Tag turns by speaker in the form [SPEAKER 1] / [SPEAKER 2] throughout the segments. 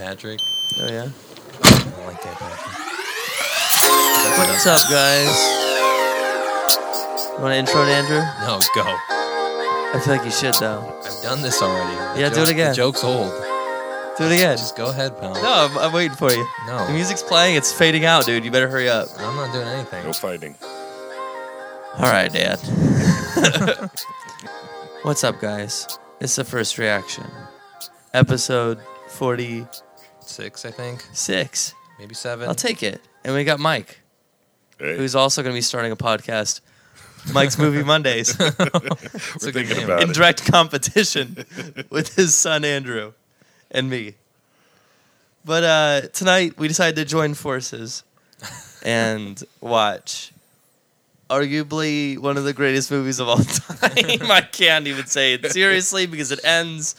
[SPEAKER 1] Patrick.
[SPEAKER 2] Oh yeah.
[SPEAKER 1] I don't like that Patrick.
[SPEAKER 2] What's up, guys? You want to intro it, Andrew?
[SPEAKER 1] No, go.
[SPEAKER 2] I feel like you should though.
[SPEAKER 1] I've done this already. The
[SPEAKER 2] Yeah, do it
[SPEAKER 1] joke's-
[SPEAKER 2] again.
[SPEAKER 1] The joke's old.
[SPEAKER 2] Do it again.
[SPEAKER 1] Just go ahead, pal.
[SPEAKER 2] No, I'm, I'm waiting for you.
[SPEAKER 1] No.
[SPEAKER 2] The music's playing. It's fading out, dude. You better hurry up.
[SPEAKER 1] I'm not doing anything.
[SPEAKER 3] No fighting.
[SPEAKER 2] All right, Dad. What's up, guys? It's the first reaction, episode forty-six.
[SPEAKER 1] Six, I think. Maybe 7
[SPEAKER 2] I'll take it. And we got Mike,
[SPEAKER 3] Hey,
[SPEAKER 2] who's also going to be starting a podcast, Mike's Movie Mondays,
[SPEAKER 1] It's
[SPEAKER 3] we're
[SPEAKER 1] a good
[SPEAKER 3] thinking
[SPEAKER 1] name.
[SPEAKER 3] about
[SPEAKER 2] in
[SPEAKER 3] it.
[SPEAKER 2] direct competition with his son Andrew and me. But uh, tonight we decided to join forces and watch arguably one of the greatest movies of all time. I can't even say it seriously because it ends,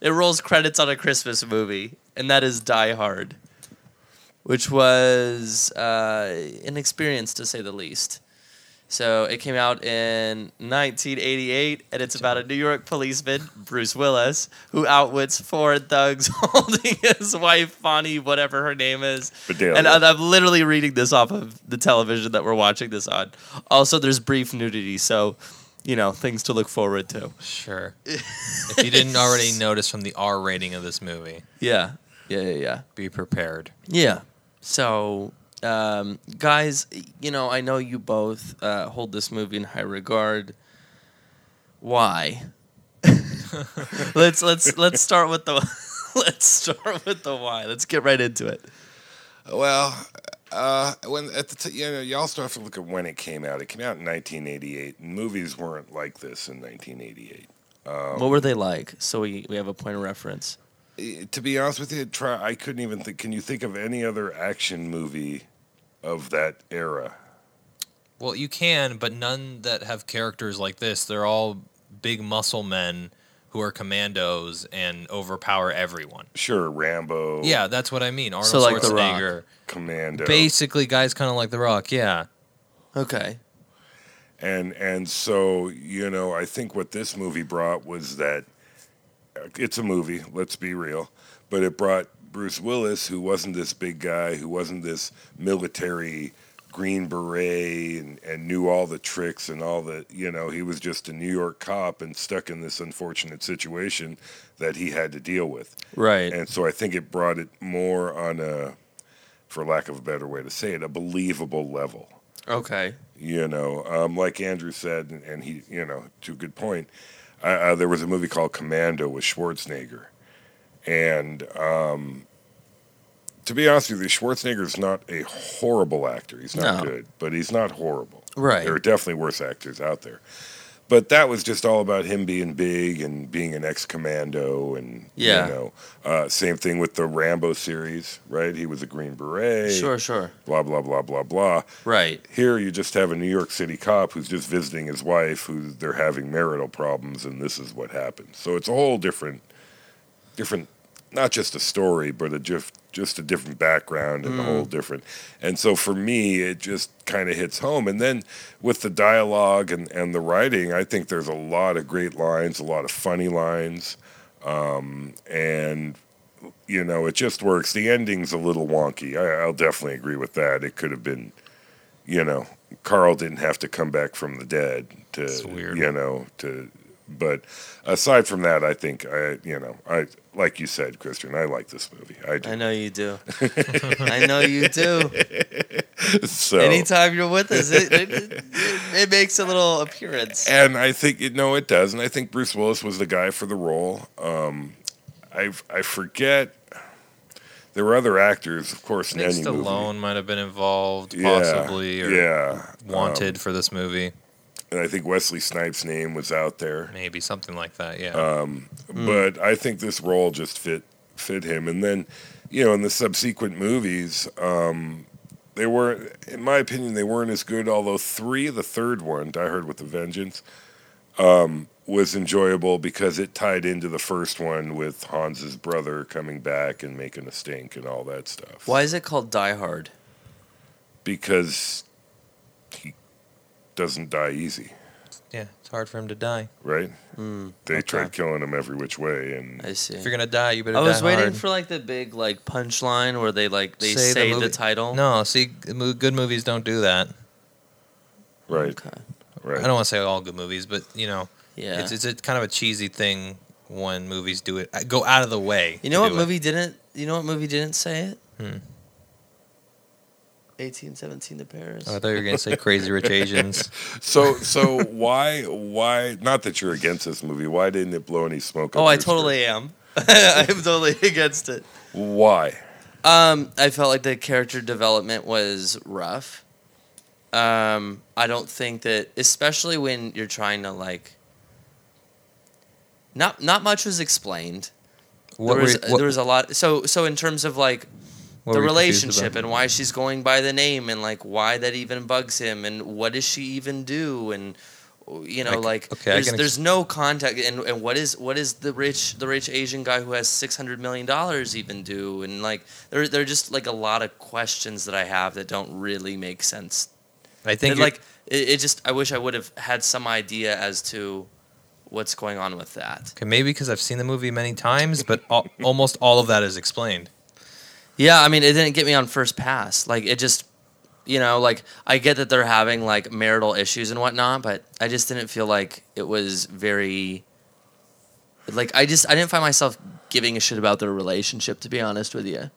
[SPEAKER 2] it rolls credits on a Christmas movie, and that is Die Hard, which was uh, an experience to say the least. So it came out in 1988, and it's about a New York policeman, Bruce Willis, who outwits four thugs holding his wife, Bonnie, whatever her name is.
[SPEAKER 3] Bedelia.
[SPEAKER 2] And I- I'm literally reading this off of the television that we're watching this on. Also, there's brief nudity, so you know things to look forward to.
[SPEAKER 1] Sure. if you didn't already notice from the R rating of this movie,
[SPEAKER 2] Yeah, yeah, yeah, yeah.
[SPEAKER 1] be prepared.
[SPEAKER 2] Yeah. So, um, guys, you know, I know you both uh, hold this movie in high regard. Why? let's let's let's start with the let's start with the why. Let's get right into it.
[SPEAKER 3] Well, uh, when at the t- you know, you also have to look at when it came out. It came out in 1988. Movies weren't like this in 1988.
[SPEAKER 2] what were they like? So we we have a point of reference.
[SPEAKER 3] Eh, To be honest with you, try. I couldn't even think. Can you think of any other action movie of that era?
[SPEAKER 1] Well, you can, but none that have characters like this. They're all big muscle men who are commandos and overpower everyone.
[SPEAKER 3] Sure, Rambo.
[SPEAKER 1] Yeah, that's what I mean. Arnold
[SPEAKER 2] So like The Rock.
[SPEAKER 1] Schwarzenegger.
[SPEAKER 3] Commando.
[SPEAKER 1] Basically, guys kind of like The Rock. Yeah.
[SPEAKER 2] Okay.
[SPEAKER 3] and and so you know i think what this movie brought was that it's a movie let's be real but it brought bruce willis who wasn't this big guy who wasn't this military green beret and, and knew all the tricks and all the you know he was just a new york cop and stuck in this unfortunate situation that he had to deal with
[SPEAKER 2] Right.
[SPEAKER 3] and so I think it brought it more on a, for lack of a better way to say it, a believable level
[SPEAKER 2] okay.
[SPEAKER 3] you know um, like andrew said and, and he you know to a good point uh, uh, there was a movie called commando with schwarzenegger and um, to be honest with you schwarzenegger's not a horrible actor he's not
[SPEAKER 2] No.
[SPEAKER 3] good but he's not horrible
[SPEAKER 2] Right.
[SPEAKER 3] there are definitely worse actors out there but that was just all about him being big and being an ex-commando and
[SPEAKER 2] Yeah.
[SPEAKER 3] you know uh, same thing with the rambo series right he was a green beret
[SPEAKER 2] Sure. Sure.
[SPEAKER 3] blah blah blah blah blah
[SPEAKER 2] Right.
[SPEAKER 3] here you just have a New York City cop who's just visiting his wife, who they're having marital problems, and this is what happens. So it's a whole different, different, not just a story, but a just just a different background and a whole
[SPEAKER 1] Mm.
[SPEAKER 3] different. And so for me, it just kind of hits home. And then with the dialogue and and the writing, I think there's a lot of great lines, a lot of funny lines, um, and you know, it just works. The ending's a little wonky. I, I'll definitely agree with that. It could have been, you know, Carl didn't have to come back from the dead to,
[SPEAKER 1] It's weird.
[SPEAKER 3] you know, to. But aside from that, I think I, you know, I like you said, Christian. I like this movie. I
[SPEAKER 2] I
[SPEAKER 3] do.
[SPEAKER 2] know you do. I know you do.
[SPEAKER 3] So
[SPEAKER 2] Anytime you're with us, it, it, it, it makes a little appearance.
[SPEAKER 3] And I think it, no, it does. And I think Bruce Willis was the guy for the role. Um, I I forget. There were other actors, of course,
[SPEAKER 1] I
[SPEAKER 3] in
[SPEAKER 1] think
[SPEAKER 3] any movie.
[SPEAKER 1] Stallone might have been involved,
[SPEAKER 3] Yeah,
[SPEAKER 1] possibly, or
[SPEAKER 3] yeah, um,
[SPEAKER 1] wanted for this movie.
[SPEAKER 3] and I think Wesley Snipes' name was out there.
[SPEAKER 1] Maybe something like that. Yeah.
[SPEAKER 3] uh,
[SPEAKER 2] Mm.
[SPEAKER 3] But I think this role just fit fit him. And then, you know, in the subsequent movies, um, they were, in my opinion, they weren't as good. Although three, the third one, Die Hard with a Vengeance, um, was enjoyable because it tied into the first one with Hans's brother coming back and making a stink and all that stuff.
[SPEAKER 2] Why is it called Die Hard?
[SPEAKER 3] Because he doesn't die easy.
[SPEAKER 1] Yeah, it's hard for him to die.
[SPEAKER 3] right?
[SPEAKER 2] Mm,
[SPEAKER 3] They
[SPEAKER 2] okay.
[SPEAKER 3] tried killing him every which way, and
[SPEAKER 2] I see.
[SPEAKER 1] If you're gonna die, you better.
[SPEAKER 2] I was
[SPEAKER 1] die
[SPEAKER 2] waiting
[SPEAKER 1] hard.
[SPEAKER 2] for like the big like punchline where they like they
[SPEAKER 1] Say
[SPEAKER 2] say,
[SPEAKER 1] the
[SPEAKER 2] the,
[SPEAKER 1] movie.
[SPEAKER 2] title.
[SPEAKER 1] No, see, mo- good movies don't do that.
[SPEAKER 3] right,
[SPEAKER 2] Okay.
[SPEAKER 1] I
[SPEAKER 3] right.
[SPEAKER 1] don't want to say all good movies, but you know,
[SPEAKER 2] Yeah.
[SPEAKER 1] it's it's a kind of a cheesy thing when movies do it. uh, Go out of the way. to
[SPEAKER 2] you know what
[SPEAKER 1] do it.
[SPEAKER 2] movie didn't? You know what movie didn't say it?
[SPEAKER 1] Hmm.
[SPEAKER 2] Eighteen seventeen to Paris.
[SPEAKER 1] Oh, I thought you were gonna say Crazy Rich Asians.
[SPEAKER 3] So, so why, why? Not that you're against this movie. Why didn't it blow any smoke? up
[SPEAKER 2] oh, I
[SPEAKER 3] your skirt?
[SPEAKER 2] totally am. I'm totally against it.
[SPEAKER 3] Why?
[SPEAKER 2] Um, I felt like the character development was rough. Um, I don't think that, especially when you're trying to like. Not not much was explained.
[SPEAKER 1] What
[SPEAKER 2] there was
[SPEAKER 1] were, you- what,
[SPEAKER 2] there was a lot. So so in terms of like
[SPEAKER 1] what
[SPEAKER 2] the
[SPEAKER 1] were you confused
[SPEAKER 2] relationship
[SPEAKER 1] about?
[SPEAKER 2] and why she's going by the name and like why that even bugs him and what does she even do and you know
[SPEAKER 1] I c-
[SPEAKER 2] like
[SPEAKER 1] okay, I
[SPEAKER 2] there's,
[SPEAKER 1] can ex-
[SPEAKER 2] there's no contact and, and what is what is the rich the rich Asian guy who has six hundred million dollars even do and like there there are just like a lot of questions that I have that don't really make sense
[SPEAKER 1] I think
[SPEAKER 2] and,
[SPEAKER 1] you're-
[SPEAKER 2] like it, it just I wish I would have had some idea as to what's going on with that
[SPEAKER 1] okay, maybe because I've seen the movie many times, but al- almost all of that is explained.
[SPEAKER 2] Yeah, I mean, it didn't get me on first pass. Like, it just, you know, like I get that they're having like marital issues and whatnot, but I just didn't feel like it was very. Like, I just, I didn't find myself giving a shit about their relationship, to be honest with you.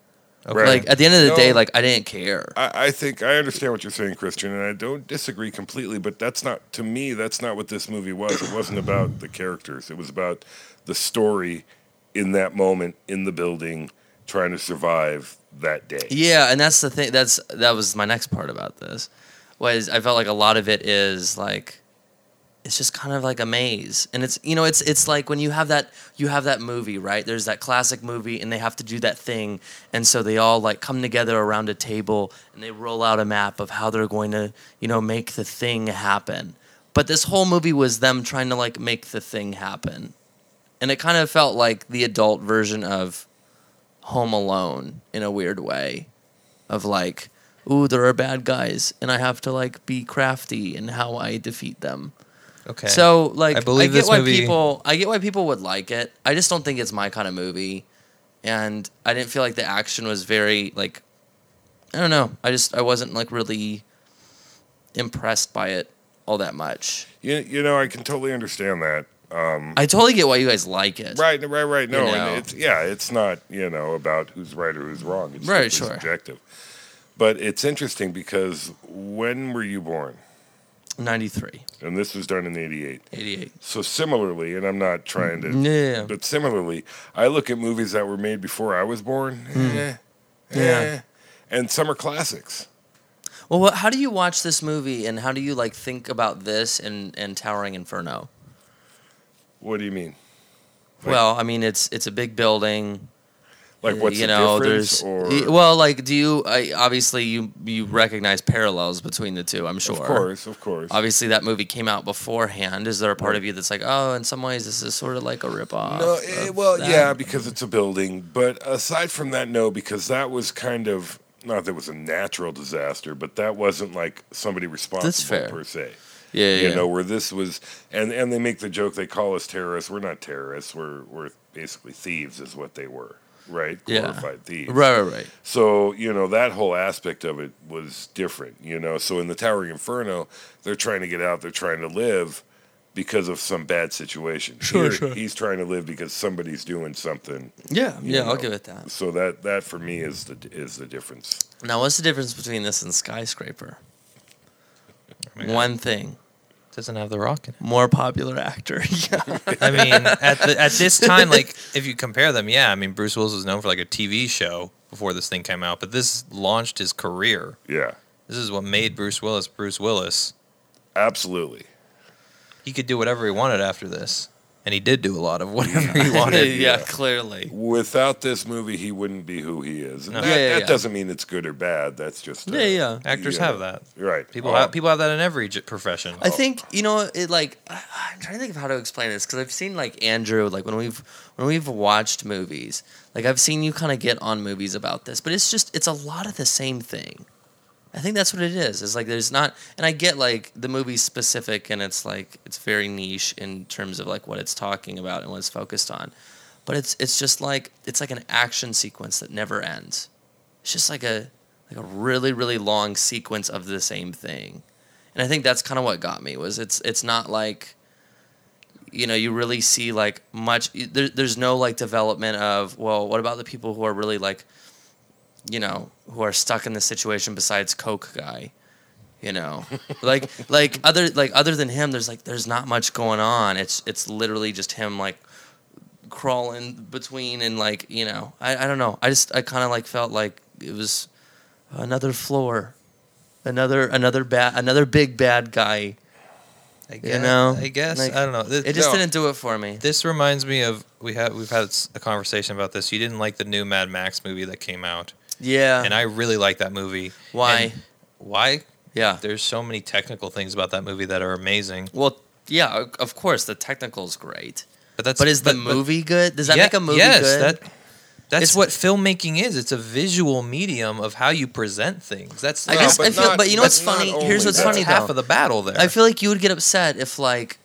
[SPEAKER 3] Right.
[SPEAKER 2] Like, at the end of the
[SPEAKER 3] No.
[SPEAKER 2] day, like, I didn't care.
[SPEAKER 3] I, I think I understand what you're saying, Christian, and I don't disagree completely. But that's not to me. That's not what this movie was. It wasn't about the characters. It was about the story in that moment in the building, trying to survive that day.
[SPEAKER 2] Yeah, and that's the thing. That's that was my next part about this. Was I felt like a lot of it is like, it's just kind of like a maze, and it's you know it's it's like when you have that you have that movie right. There's that classic movie, and they have to do that thing, and so they all like come together around a table and they roll out a map of how they're going to you know make the thing happen. But this whole movie was them trying to like make the thing happen, and it kind of felt like the adult version of Home Alone in a weird way, of like, ooh, there are bad guys, and I have to like be crafty in how I defeat them.
[SPEAKER 1] Okay.
[SPEAKER 2] So like,
[SPEAKER 1] I
[SPEAKER 2] I,
[SPEAKER 1] believe
[SPEAKER 2] get
[SPEAKER 1] this
[SPEAKER 2] why
[SPEAKER 1] movie-
[SPEAKER 2] people, I get why people would like it. I just don't think it's my kind of movie, and I didn't feel like the action was very like, I don't know. I just I wasn't like really impressed by it all that much.
[SPEAKER 3] You, you know, I can totally understand that.
[SPEAKER 2] I totally get why you guys like it.
[SPEAKER 3] Right, right, right. No,
[SPEAKER 2] know.
[SPEAKER 3] and it's yeah, it's not you know about who's right or who's wrong. It's
[SPEAKER 2] Right,
[SPEAKER 3] simply
[SPEAKER 2] sure.
[SPEAKER 3] subjective. But it's interesting because when were you born?
[SPEAKER 2] 93,
[SPEAKER 3] And this was done in '88.
[SPEAKER 2] 88.
[SPEAKER 3] So similarly, and I'm not trying to,
[SPEAKER 2] Yeah.
[SPEAKER 3] but similarly, I look at movies that were made before I was born.
[SPEAKER 2] Hmm.
[SPEAKER 3] eh, eh, and some are classics.
[SPEAKER 2] Well, what, how do you watch this movie, and how do you like think about this and and Towering Inferno?
[SPEAKER 3] What do you mean? Like-
[SPEAKER 2] well, I mean, it's it's a big building.
[SPEAKER 3] Like what's
[SPEAKER 2] you
[SPEAKER 3] the
[SPEAKER 2] know?
[SPEAKER 3] difference?
[SPEAKER 2] There's
[SPEAKER 3] or
[SPEAKER 2] y- well, like, do you I, obviously you you recognize parallels between the two? I'm sure.
[SPEAKER 3] of course, of course.
[SPEAKER 2] Obviously, that movie came out beforehand. Is there a part of you that's like, oh, in some ways, this is sort of like a ripoff?
[SPEAKER 3] No,
[SPEAKER 2] of
[SPEAKER 3] eh, well,
[SPEAKER 2] that?
[SPEAKER 3] yeah, because it's a building. But aside from that, no, because that was kind of not that it was a natural disaster, but that wasn't like somebody responsible
[SPEAKER 2] fair.
[SPEAKER 3] per se.
[SPEAKER 2] yeah, yeah.
[SPEAKER 3] You know, where this was, and and they make the joke they call us terrorists. We're not terrorists. We're we're basically thieves, is what they were, right?
[SPEAKER 2] Yeah.
[SPEAKER 3] Glorified thieves.
[SPEAKER 2] right, right, right.
[SPEAKER 3] So, you know, that whole aspect of it was different, you know. So in the Towering Inferno, they're trying to get out, they're trying to live because of some bad situation. Sure, sure. He's trying to live because somebody's doing something.
[SPEAKER 2] Yeah,
[SPEAKER 3] you
[SPEAKER 2] yeah,
[SPEAKER 3] know.
[SPEAKER 2] I'll give it that.
[SPEAKER 3] So that that for me is the is the difference.
[SPEAKER 2] Now, what's the difference between this and Skyscraper?
[SPEAKER 1] mean, I-
[SPEAKER 2] One thing:
[SPEAKER 1] doesn't have the rock in
[SPEAKER 2] more popular actor. yeah.
[SPEAKER 1] it. I mean, at the, at this time, like if you compare them, yeah, I mean Bruce Willis was known for like a TV show before this thing came out, but this launched his career.
[SPEAKER 3] Yeah.
[SPEAKER 1] This is what made Bruce Willis Bruce Willis.
[SPEAKER 3] Absolutely.
[SPEAKER 1] He could do whatever he wanted after this, and he did do a lot of whatever he wanted.
[SPEAKER 2] yeah, clearly.
[SPEAKER 3] Without this movie, he wouldn't be who he is. And
[SPEAKER 1] No.
[SPEAKER 3] That,
[SPEAKER 2] Yeah, yeah,
[SPEAKER 3] that
[SPEAKER 2] yeah.
[SPEAKER 3] doesn't mean it's good or bad. That's just uh,
[SPEAKER 2] Yeah, yeah.
[SPEAKER 1] Actors
[SPEAKER 3] Yeah.
[SPEAKER 1] have that.
[SPEAKER 3] Right.
[SPEAKER 1] People
[SPEAKER 3] Oh,
[SPEAKER 1] have people have that in every j- profession.
[SPEAKER 2] I think you know it. Like I, I'm trying to think of how to explain this because I've seen like Andrew, like when we've when we've watched movies, like I've seen you kind of get on movies about this, but it's just it's a lot of the same thing. I think that's what it is. It's like there's not, and I get like the movie's specific and it's like it's very niche in terms of like what it's talking about and what it's focused on, but it's it's just like it's like an action sequence that never ends. It's just like a like a really really long sequence of the same thing, and I think that's kind of what got me was it's it's not like you know you really see like much there, there's no like development of well what about the people who are really like you know who are stuck in this situation besides coke guy you know like like other like other than him there's like there's not much going on it's it's literally just him like crawling between and like you know i, I don't know i just i kind of like felt like it was another floor another another bad another big bad guy
[SPEAKER 1] I
[SPEAKER 2] you know
[SPEAKER 1] I guess
[SPEAKER 2] Like,
[SPEAKER 1] I don't know. Th-
[SPEAKER 2] it just
[SPEAKER 1] no.
[SPEAKER 2] didn't do it for me
[SPEAKER 1] This reminds me of we had we've had s- a conversation about this. You didn't like the new Mad Max movie that came out,
[SPEAKER 2] yeah
[SPEAKER 1] and I really like that movie.
[SPEAKER 2] Why?
[SPEAKER 1] And why?
[SPEAKER 2] yeah
[SPEAKER 1] There's so many technical things about that movie that are amazing.
[SPEAKER 2] well yeah o- of course the technical's great
[SPEAKER 1] But that's
[SPEAKER 2] but is the
[SPEAKER 1] but-
[SPEAKER 2] movie good does that
[SPEAKER 1] Yeah,
[SPEAKER 2] make a movie
[SPEAKER 1] yes,
[SPEAKER 2] good
[SPEAKER 1] that- that's
[SPEAKER 2] It's-
[SPEAKER 1] what filmmaking is. It's a visual medium of how you present things. That's
[SPEAKER 2] I
[SPEAKER 3] No,
[SPEAKER 2] guess
[SPEAKER 3] but
[SPEAKER 2] I feel,
[SPEAKER 3] not-
[SPEAKER 2] but you know
[SPEAKER 3] but
[SPEAKER 2] what's funny? Here's
[SPEAKER 3] not only
[SPEAKER 2] what's
[SPEAKER 1] that's
[SPEAKER 3] that.
[SPEAKER 2] funny
[SPEAKER 1] funny half
[SPEAKER 2] though.
[SPEAKER 1] of the battle there.
[SPEAKER 2] I feel like you would get upset if like,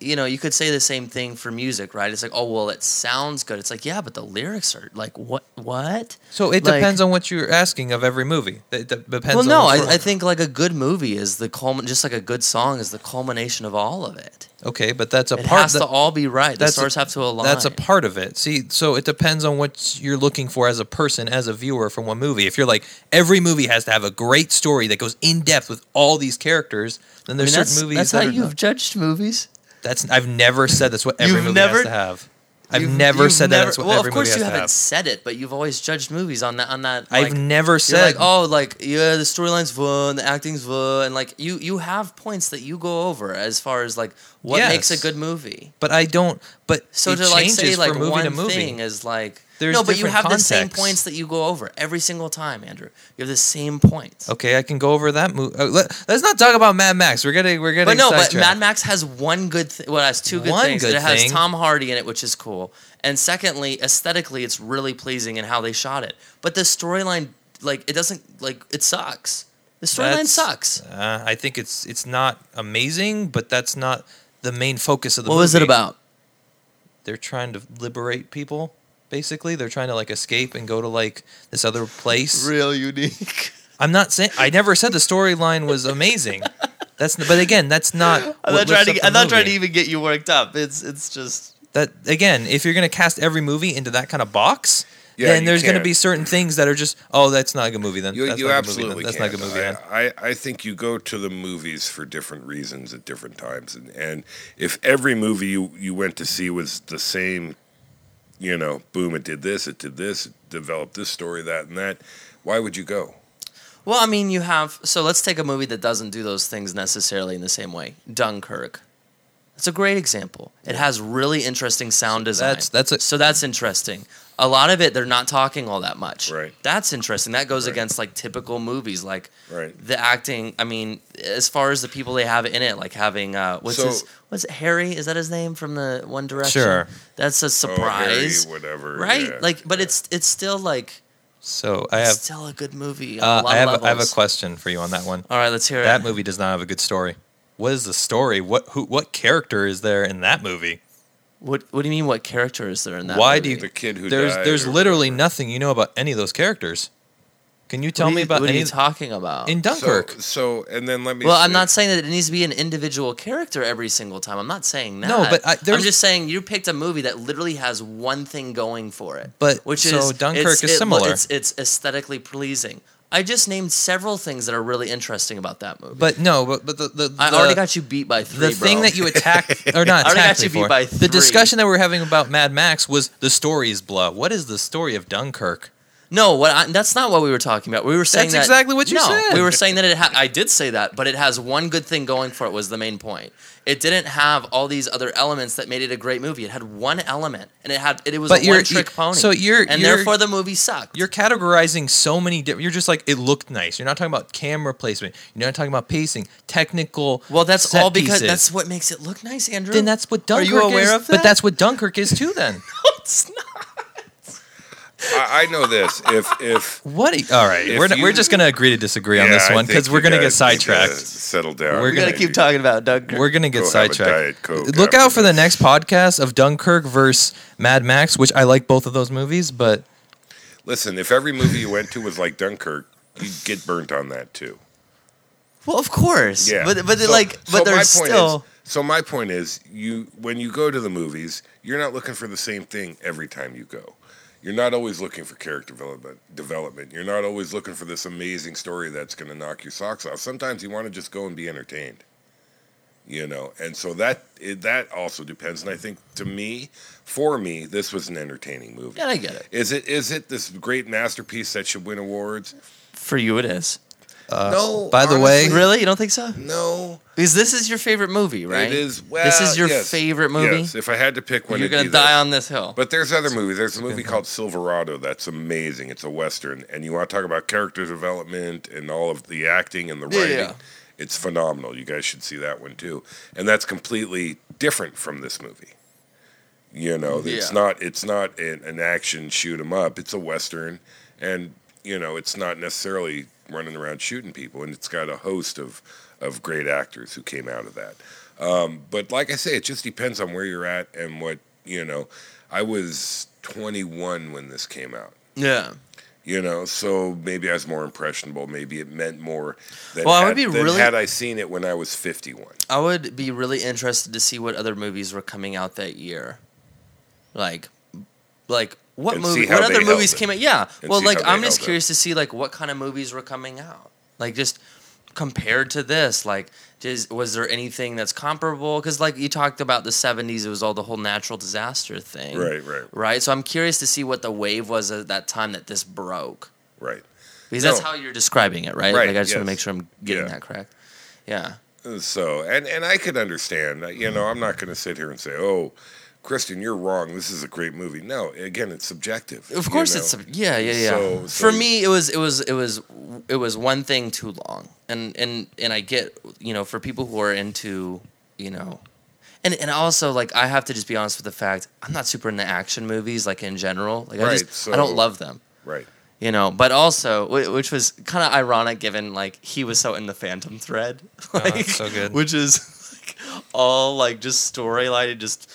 [SPEAKER 2] you know, you could say the same thing for music, right? It's like, oh well, it sounds good. It's like, yeah, but the lyrics are like, what, what?
[SPEAKER 1] so it
[SPEAKER 2] like-
[SPEAKER 1] depends on what you're asking of every movie. It de- depends.
[SPEAKER 2] Well,
[SPEAKER 1] on
[SPEAKER 2] no,
[SPEAKER 1] what
[SPEAKER 2] I,
[SPEAKER 1] we're-
[SPEAKER 2] I think like a good movie is the culmin, just like a good song is the culmination of all of it.
[SPEAKER 1] okay, but that's a
[SPEAKER 2] It
[SPEAKER 1] part
[SPEAKER 2] has
[SPEAKER 1] that,
[SPEAKER 2] to all be right. The
[SPEAKER 1] that's a-
[SPEAKER 2] stars have to align.
[SPEAKER 1] That's a part of it. See, so it depends on what you're looking for as a person, as a viewer from one movie. If you're like every movie has to have a great story that goes in depth with all these characters, then
[SPEAKER 2] I mean,
[SPEAKER 1] there's
[SPEAKER 2] that's,
[SPEAKER 1] certain movies
[SPEAKER 2] that's
[SPEAKER 1] that
[SPEAKER 2] how
[SPEAKER 1] are
[SPEAKER 2] you've judged movies.
[SPEAKER 1] that's I've never said that's what every
[SPEAKER 2] You've
[SPEAKER 1] movie
[SPEAKER 2] never-
[SPEAKER 1] has to have. I've
[SPEAKER 2] You've-
[SPEAKER 1] never
[SPEAKER 2] you've
[SPEAKER 1] said that that's what
[SPEAKER 2] well,
[SPEAKER 1] every
[SPEAKER 2] of course
[SPEAKER 1] movie has to
[SPEAKER 2] you haven't
[SPEAKER 1] have.
[SPEAKER 2] said it, but you've always judged movies on that on that.
[SPEAKER 1] I've
[SPEAKER 2] like,
[SPEAKER 1] never
[SPEAKER 2] You're
[SPEAKER 1] said
[SPEAKER 2] like, oh, like yeah, the storyline's fun, the acting's fun, and like you you have points that you go over as far as like what
[SPEAKER 1] Yes.
[SPEAKER 2] makes a good movie.
[SPEAKER 1] but I don't but
[SPEAKER 2] So
[SPEAKER 1] it
[SPEAKER 2] to like say
[SPEAKER 1] changes
[SPEAKER 2] like
[SPEAKER 1] from movie
[SPEAKER 2] one
[SPEAKER 1] to movie.
[SPEAKER 2] thing is like
[SPEAKER 1] There's
[SPEAKER 2] no, but you
[SPEAKER 1] different
[SPEAKER 2] have the same
[SPEAKER 1] contexts.
[SPEAKER 2] points that you go over every single time, Andrew. You have the same points.
[SPEAKER 1] Okay, I can go over that movie. let, us not talk about Mad Max. We're getting we're getting
[SPEAKER 2] But no, but
[SPEAKER 1] sidetracked.
[SPEAKER 2] Mad Max has one good. Th- well, it has two good
[SPEAKER 1] One
[SPEAKER 2] things.
[SPEAKER 1] good
[SPEAKER 2] it has
[SPEAKER 1] thing.
[SPEAKER 2] Tom Hardy in it, which is cool. And secondly, aesthetically, it's really pleasing in how they shot it. But the storyline, like, it doesn't like it sucks. The storyline
[SPEAKER 1] That's-
[SPEAKER 2] sucks.
[SPEAKER 1] Uh, I think it's it's not amazing, but that's not the main focus of the
[SPEAKER 2] What
[SPEAKER 1] movie.
[SPEAKER 2] was it about?
[SPEAKER 1] They're trying to liberate people. Basically, they're trying to like escape and go to like this other place.
[SPEAKER 2] Real unique.
[SPEAKER 1] I'm not saying I never said the storyline was amazing. That's but again, that's not.
[SPEAKER 2] I'm
[SPEAKER 1] what
[SPEAKER 2] not trying
[SPEAKER 1] lifts up
[SPEAKER 2] to.
[SPEAKER 1] the
[SPEAKER 2] I'm not trying to
[SPEAKER 1] movie.
[SPEAKER 2] even get you worked up. It's it's just.
[SPEAKER 1] That again, if you're gonna cast every movie into that kind of box,
[SPEAKER 3] Yeah,
[SPEAKER 1] then
[SPEAKER 3] you
[SPEAKER 1] there's gonna
[SPEAKER 3] can't.
[SPEAKER 1] be certain things that are just oh, that's not a good movie. Then
[SPEAKER 3] You,
[SPEAKER 1] that's
[SPEAKER 3] you
[SPEAKER 1] not
[SPEAKER 3] absolutely
[SPEAKER 1] a good movie, then. That's not a
[SPEAKER 3] can't.
[SPEAKER 1] good movie. Then.
[SPEAKER 3] I, I, I think you go to the movies for different reasons at different times, and, and if every movie you, you went to see was the same, you know, boom, it did this, it did this, it developed this story, that, and that, why would you go?
[SPEAKER 2] Well, I mean, you have. So let's take a movie that doesn't do those things necessarily in the same way. Dunkirk. It's a great example. It has really interesting sound design.
[SPEAKER 1] That's- that's a-
[SPEAKER 2] so that's interesting. A lot of it, they're not talking all that much.
[SPEAKER 3] Right.
[SPEAKER 2] That's interesting. That goes
[SPEAKER 3] Right.
[SPEAKER 2] against like typical movies, like
[SPEAKER 3] Right.
[SPEAKER 2] the acting. I mean, as far as the people they have in it, like having uh, what's
[SPEAKER 3] So-
[SPEAKER 2] his what's it, Harry? Is that his name from the One Direction?
[SPEAKER 1] Sure.
[SPEAKER 2] That's a
[SPEAKER 3] Oh, Harry,
[SPEAKER 2] surprise,
[SPEAKER 3] whatever.
[SPEAKER 2] right?
[SPEAKER 3] yeah.
[SPEAKER 2] Like, but it's it's still like
[SPEAKER 1] So I have
[SPEAKER 2] still a good movie. On
[SPEAKER 1] uh,
[SPEAKER 2] a lot
[SPEAKER 1] I have
[SPEAKER 2] of
[SPEAKER 1] a, I have a
[SPEAKER 2] levels.
[SPEAKER 1] question for you on that one.
[SPEAKER 2] All right, let's hear it.
[SPEAKER 1] That movie does not have a good story. What is the story? What who what character is there in that movie?
[SPEAKER 2] What What do you mean? What character is there in that?
[SPEAKER 1] Why
[SPEAKER 2] movie?
[SPEAKER 1] do
[SPEAKER 3] the
[SPEAKER 1] you-
[SPEAKER 3] kid who
[SPEAKER 1] there's
[SPEAKER 3] died
[SPEAKER 1] there's
[SPEAKER 3] or-
[SPEAKER 1] literally nothing you know about any of those characters. Can you tell
[SPEAKER 2] What are
[SPEAKER 1] me
[SPEAKER 2] you-
[SPEAKER 1] about
[SPEAKER 2] What are
[SPEAKER 1] any
[SPEAKER 2] you talking about?
[SPEAKER 1] in Dunkirk?
[SPEAKER 3] So, so and then let me.
[SPEAKER 2] well,
[SPEAKER 3] say-
[SPEAKER 2] I'm not saying that it needs to be an individual character every single time. I'm not saying that.
[SPEAKER 1] No, but I-
[SPEAKER 2] am
[SPEAKER 1] there's-
[SPEAKER 2] just saying you picked a movie that literally has one thing going for it.
[SPEAKER 1] But-
[SPEAKER 2] which
[SPEAKER 1] so
[SPEAKER 2] is
[SPEAKER 1] Dunkirk
[SPEAKER 2] it's-
[SPEAKER 1] is
[SPEAKER 2] it-
[SPEAKER 1] similar.
[SPEAKER 2] It's, it's aesthetically pleasing. I just named several things that are really interesting about that movie.
[SPEAKER 1] but no, but but the, the
[SPEAKER 2] I
[SPEAKER 1] the,
[SPEAKER 2] already got you beat by three.
[SPEAKER 1] the thing
[SPEAKER 2] bro.
[SPEAKER 1] that you attacked or not
[SPEAKER 2] I already
[SPEAKER 1] attacked
[SPEAKER 2] got you
[SPEAKER 1] me
[SPEAKER 2] beat
[SPEAKER 1] for.
[SPEAKER 2] by three.
[SPEAKER 1] the discussion that we were having about Mad Max was the story is blah. What is the story of Dunkirk?
[SPEAKER 2] No, what I, that's not what we were talking about. We were saying
[SPEAKER 1] That's
[SPEAKER 2] that-
[SPEAKER 1] exactly what you
[SPEAKER 2] no,
[SPEAKER 1] said.
[SPEAKER 2] We were saying that it. Ha- I did say that, but it has one good thing going for it. Was the main point. It didn't have all these other elements that made it a great movie. It had one element, and it had it was
[SPEAKER 1] But
[SPEAKER 2] a
[SPEAKER 1] you're-
[SPEAKER 2] one trick
[SPEAKER 1] you-
[SPEAKER 2] pony.
[SPEAKER 1] so you're-
[SPEAKER 2] and
[SPEAKER 1] you're-
[SPEAKER 2] therefore the movie sucked.
[SPEAKER 1] You're categorizing so many different. You're just like it looked nice. You're not talking about camera placement. You're not talking about pacing, technical.
[SPEAKER 2] well, that's
[SPEAKER 1] set
[SPEAKER 2] all because
[SPEAKER 1] pieces.
[SPEAKER 2] that's what makes it look nice, Andrew.
[SPEAKER 1] Then that's what Dunkirk
[SPEAKER 2] Are you aware
[SPEAKER 1] is,
[SPEAKER 2] of that?
[SPEAKER 1] But that's what Dunkirk is too. Then
[SPEAKER 2] No, it's not.
[SPEAKER 3] I, I know this. If if
[SPEAKER 1] What? a- all right,
[SPEAKER 3] If
[SPEAKER 1] we're, we're
[SPEAKER 3] you-
[SPEAKER 1] just gonna agree to disagree on
[SPEAKER 3] yeah,
[SPEAKER 1] this
[SPEAKER 3] I
[SPEAKER 1] one because
[SPEAKER 3] think
[SPEAKER 1] we're
[SPEAKER 3] you
[SPEAKER 1] gonna get
[SPEAKER 3] guys need to
[SPEAKER 1] sidetracked.
[SPEAKER 3] Settle down.
[SPEAKER 1] We're
[SPEAKER 2] We're gonna
[SPEAKER 1] gonna
[SPEAKER 2] keep talking about Dunkirk.
[SPEAKER 1] We're gonna get
[SPEAKER 3] Go have a Diet
[SPEAKER 1] sidetracked.
[SPEAKER 3] Coke
[SPEAKER 1] Look out
[SPEAKER 3] after
[SPEAKER 1] for the
[SPEAKER 3] this.
[SPEAKER 1] next podcast of Dunkirk versus Mad Max, which I like both of those movies, but
[SPEAKER 3] Listen, if every movie you went to was like Dunkirk, you'd get burnt on that too.
[SPEAKER 2] well, of course.
[SPEAKER 3] Yeah,
[SPEAKER 2] But but
[SPEAKER 3] So-
[SPEAKER 2] like but
[SPEAKER 3] so my
[SPEAKER 2] there's
[SPEAKER 3] point
[SPEAKER 2] still
[SPEAKER 3] Is, so my point is, you when you go to the movies, you're not looking for the same thing every time you go. You're not always looking for character development. Development. You're not always looking for this amazing story that's going to knock your socks off. Sometimes you want to just go and be entertained. You know, and so that it, that also depends. And I think to me, for me, this was an entertaining movie.
[SPEAKER 2] Yeah, I get it.
[SPEAKER 3] Is it is it this great masterpiece that should win awards?
[SPEAKER 2] For you it is. Uh,
[SPEAKER 3] no.
[SPEAKER 1] by the way-
[SPEAKER 3] honestly,
[SPEAKER 2] Really? You don't think so?
[SPEAKER 3] no.
[SPEAKER 2] Because this is your favorite movie, right?
[SPEAKER 3] It is. Well,
[SPEAKER 2] this is your
[SPEAKER 3] yes.
[SPEAKER 2] favorite movie.
[SPEAKER 3] Yes. If I had to pick one,
[SPEAKER 2] You're
[SPEAKER 3] going
[SPEAKER 2] gonna
[SPEAKER 3] to
[SPEAKER 2] die on this hill.
[SPEAKER 3] But there's other movies. There's a movie called Silverado that's amazing. It's a western, and you want to talk about character development and all of the acting and the
[SPEAKER 2] Yeah,
[SPEAKER 3] writing.
[SPEAKER 2] yeah.
[SPEAKER 3] It's phenomenal. You guys should see that one too. And that's completely different from this movie. You know, it's
[SPEAKER 2] Yeah.
[SPEAKER 3] not it's not an, an action shoot 'em up. It's a western, and you know, it's not necessarily running around shooting people. And it's got a host of of great actors who came out of that. Um, but like I say, it just depends on where you're at and what you know. I was 21 when this came out.
[SPEAKER 2] yeah.
[SPEAKER 3] You know, so maybe I was more impressionable. Maybe it meant more than,
[SPEAKER 2] Well, I
[SPEAKER 3] had,
[SPEAKER 2] would be
[SPEAKER 3] than
[SPEAKER 2] really-
[SPEAKER 3] had I seen it when I was 51.
[SPEAKER 2] I would be really interested to see what other movies were coming out that year. Like like what
[SPEAKER 3] And
[SPEAKER 2] movie
[SPEAKER 3] see how
[SPEAKER 2] what
[SPEAKER 3] they
[SPEAKER 2] other
[SPEAKER 3] held
[SPEAKER 2] movies
[SPEAKER 3] it.
[SPEAKER 2] came out? Yeah.
[SPEAKER 3] And
[SPEAKER 2] well,
[SPEAKER 3] see
[SPEAKER 2] like
[SPEAKER 3] how they
[SPEAKER 2] I'm just
[SPEAKER 3] held up.
[SPEAKER 2] curious to see like what kind of movies were coming out. Like just compared to this, like does, was there anything that's comparable? Cuz like you talked about the 70s, it was all the whole natural disaster thing.
[SPEAKER 3] Right, right,
[SPEAKER 2] Right? So I'm curious to see what the wave was at that time that this broke.
[SPEAKER 3] right.
[SPEAKER 2] Because that's
[SPEAKER 3] No.
[SPEAKER 2] how you're describing it, right?
[SPEAKER 3] Right,
[SPEAKER 2] Like I just want
[SPEAKER 3] yes.
[SPEAKER 2] to make sure I'm getting
[SPEAKER 3] Yeah.
[SPEAKER 2] that correct. Yeah.
[SPEAKER 3] So, and and I could understand. uh, You know, I'm not going to sit here and say, "Oh, Kristen, you're wrong. This is a great movie." No, again, it's subjective.
[SPEAKER 2] Of
[SPEAKER 3] you
[SPEAKER 2] course,
[SPEAKER 3] know?
[SPEAKER 2] it's sub- yeah, yeah, yeah.
[SPEAKER 3] So-
[SPEAKER 2] For
[SPEAKER 3] so-
[SPEAKER 2] me, it was it was it was it was one thing too long, and and and I get you know for people who are into you know, and and also like I have to just be honest with the fact I'm not super into action movies like in general. Like I
[SPEAKER 3] Right,
[SPEAKER 2] just I don't
[SPEAKER 3] so-
[SPEAKER 2] love them,
[SPEAKER 3] right.
[SPEAKER 2] you know. But also, whi- which was kind of ironic given like he was so in the Phantom Thread, like
[SPEAKER 1] it's Oh, so good.
[SPEAKER 2] which is like all like just storyline and just.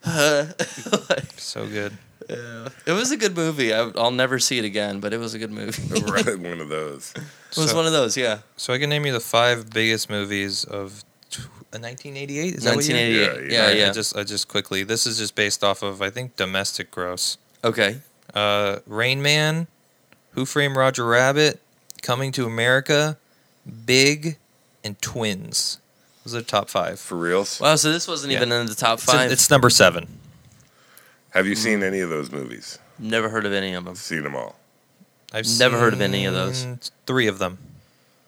[SPEAKER 2] like,
[SPEAKER 1] so good.
[SPEAKER 2] it was a good movie. I, I'll never see it again, but it was a good movie. it
[SPEAKER 3] Right, one of those.
[SPEAKER 2] was
[SPEAKER 1] So-
[SPEAKER 2] one of those, yeah.
[SPEAKER 1] So I can name you the five biggest movies of tw- uh, 1988. Is that what you?
[SPEAKER 2] 1988.
[SPEAKER 3] Yeah,
[SPEAKER 2] Yeah, yeah.
[SPEAKER 1] Alright, I just I just quickly. This is just based off of I think domestic gross.
[SPEAKER 2] okay.
[SPEAKER 1] Uh, Rain Man, Who Framed Roger Rabbit, Coming to America, Big, and Twins. Those are the top five.
[SPEAKER 3] For reals.
[SPEAKER 2] Wow. So this wasn't
[SPEAKER 1] Yeah.
[SPEAKER 2] even in the top
[SPEAKER 1] It's, in-
[SPEAKER 2] five.
[SPEAKER 1] it's number seven.
[SPEAKER 3] Have you
[SPEAKER 2] mm.
[SPEAKER 3] seen any of those movies?
[SPEAKER 2] never heard of any of them.
[SPEAKER 3] Seen them all?
[SPEAKER 1] I've
[SPEAKER 2] Never heard of any of those.
[SPEAKER 1] seen Mm, Three of them.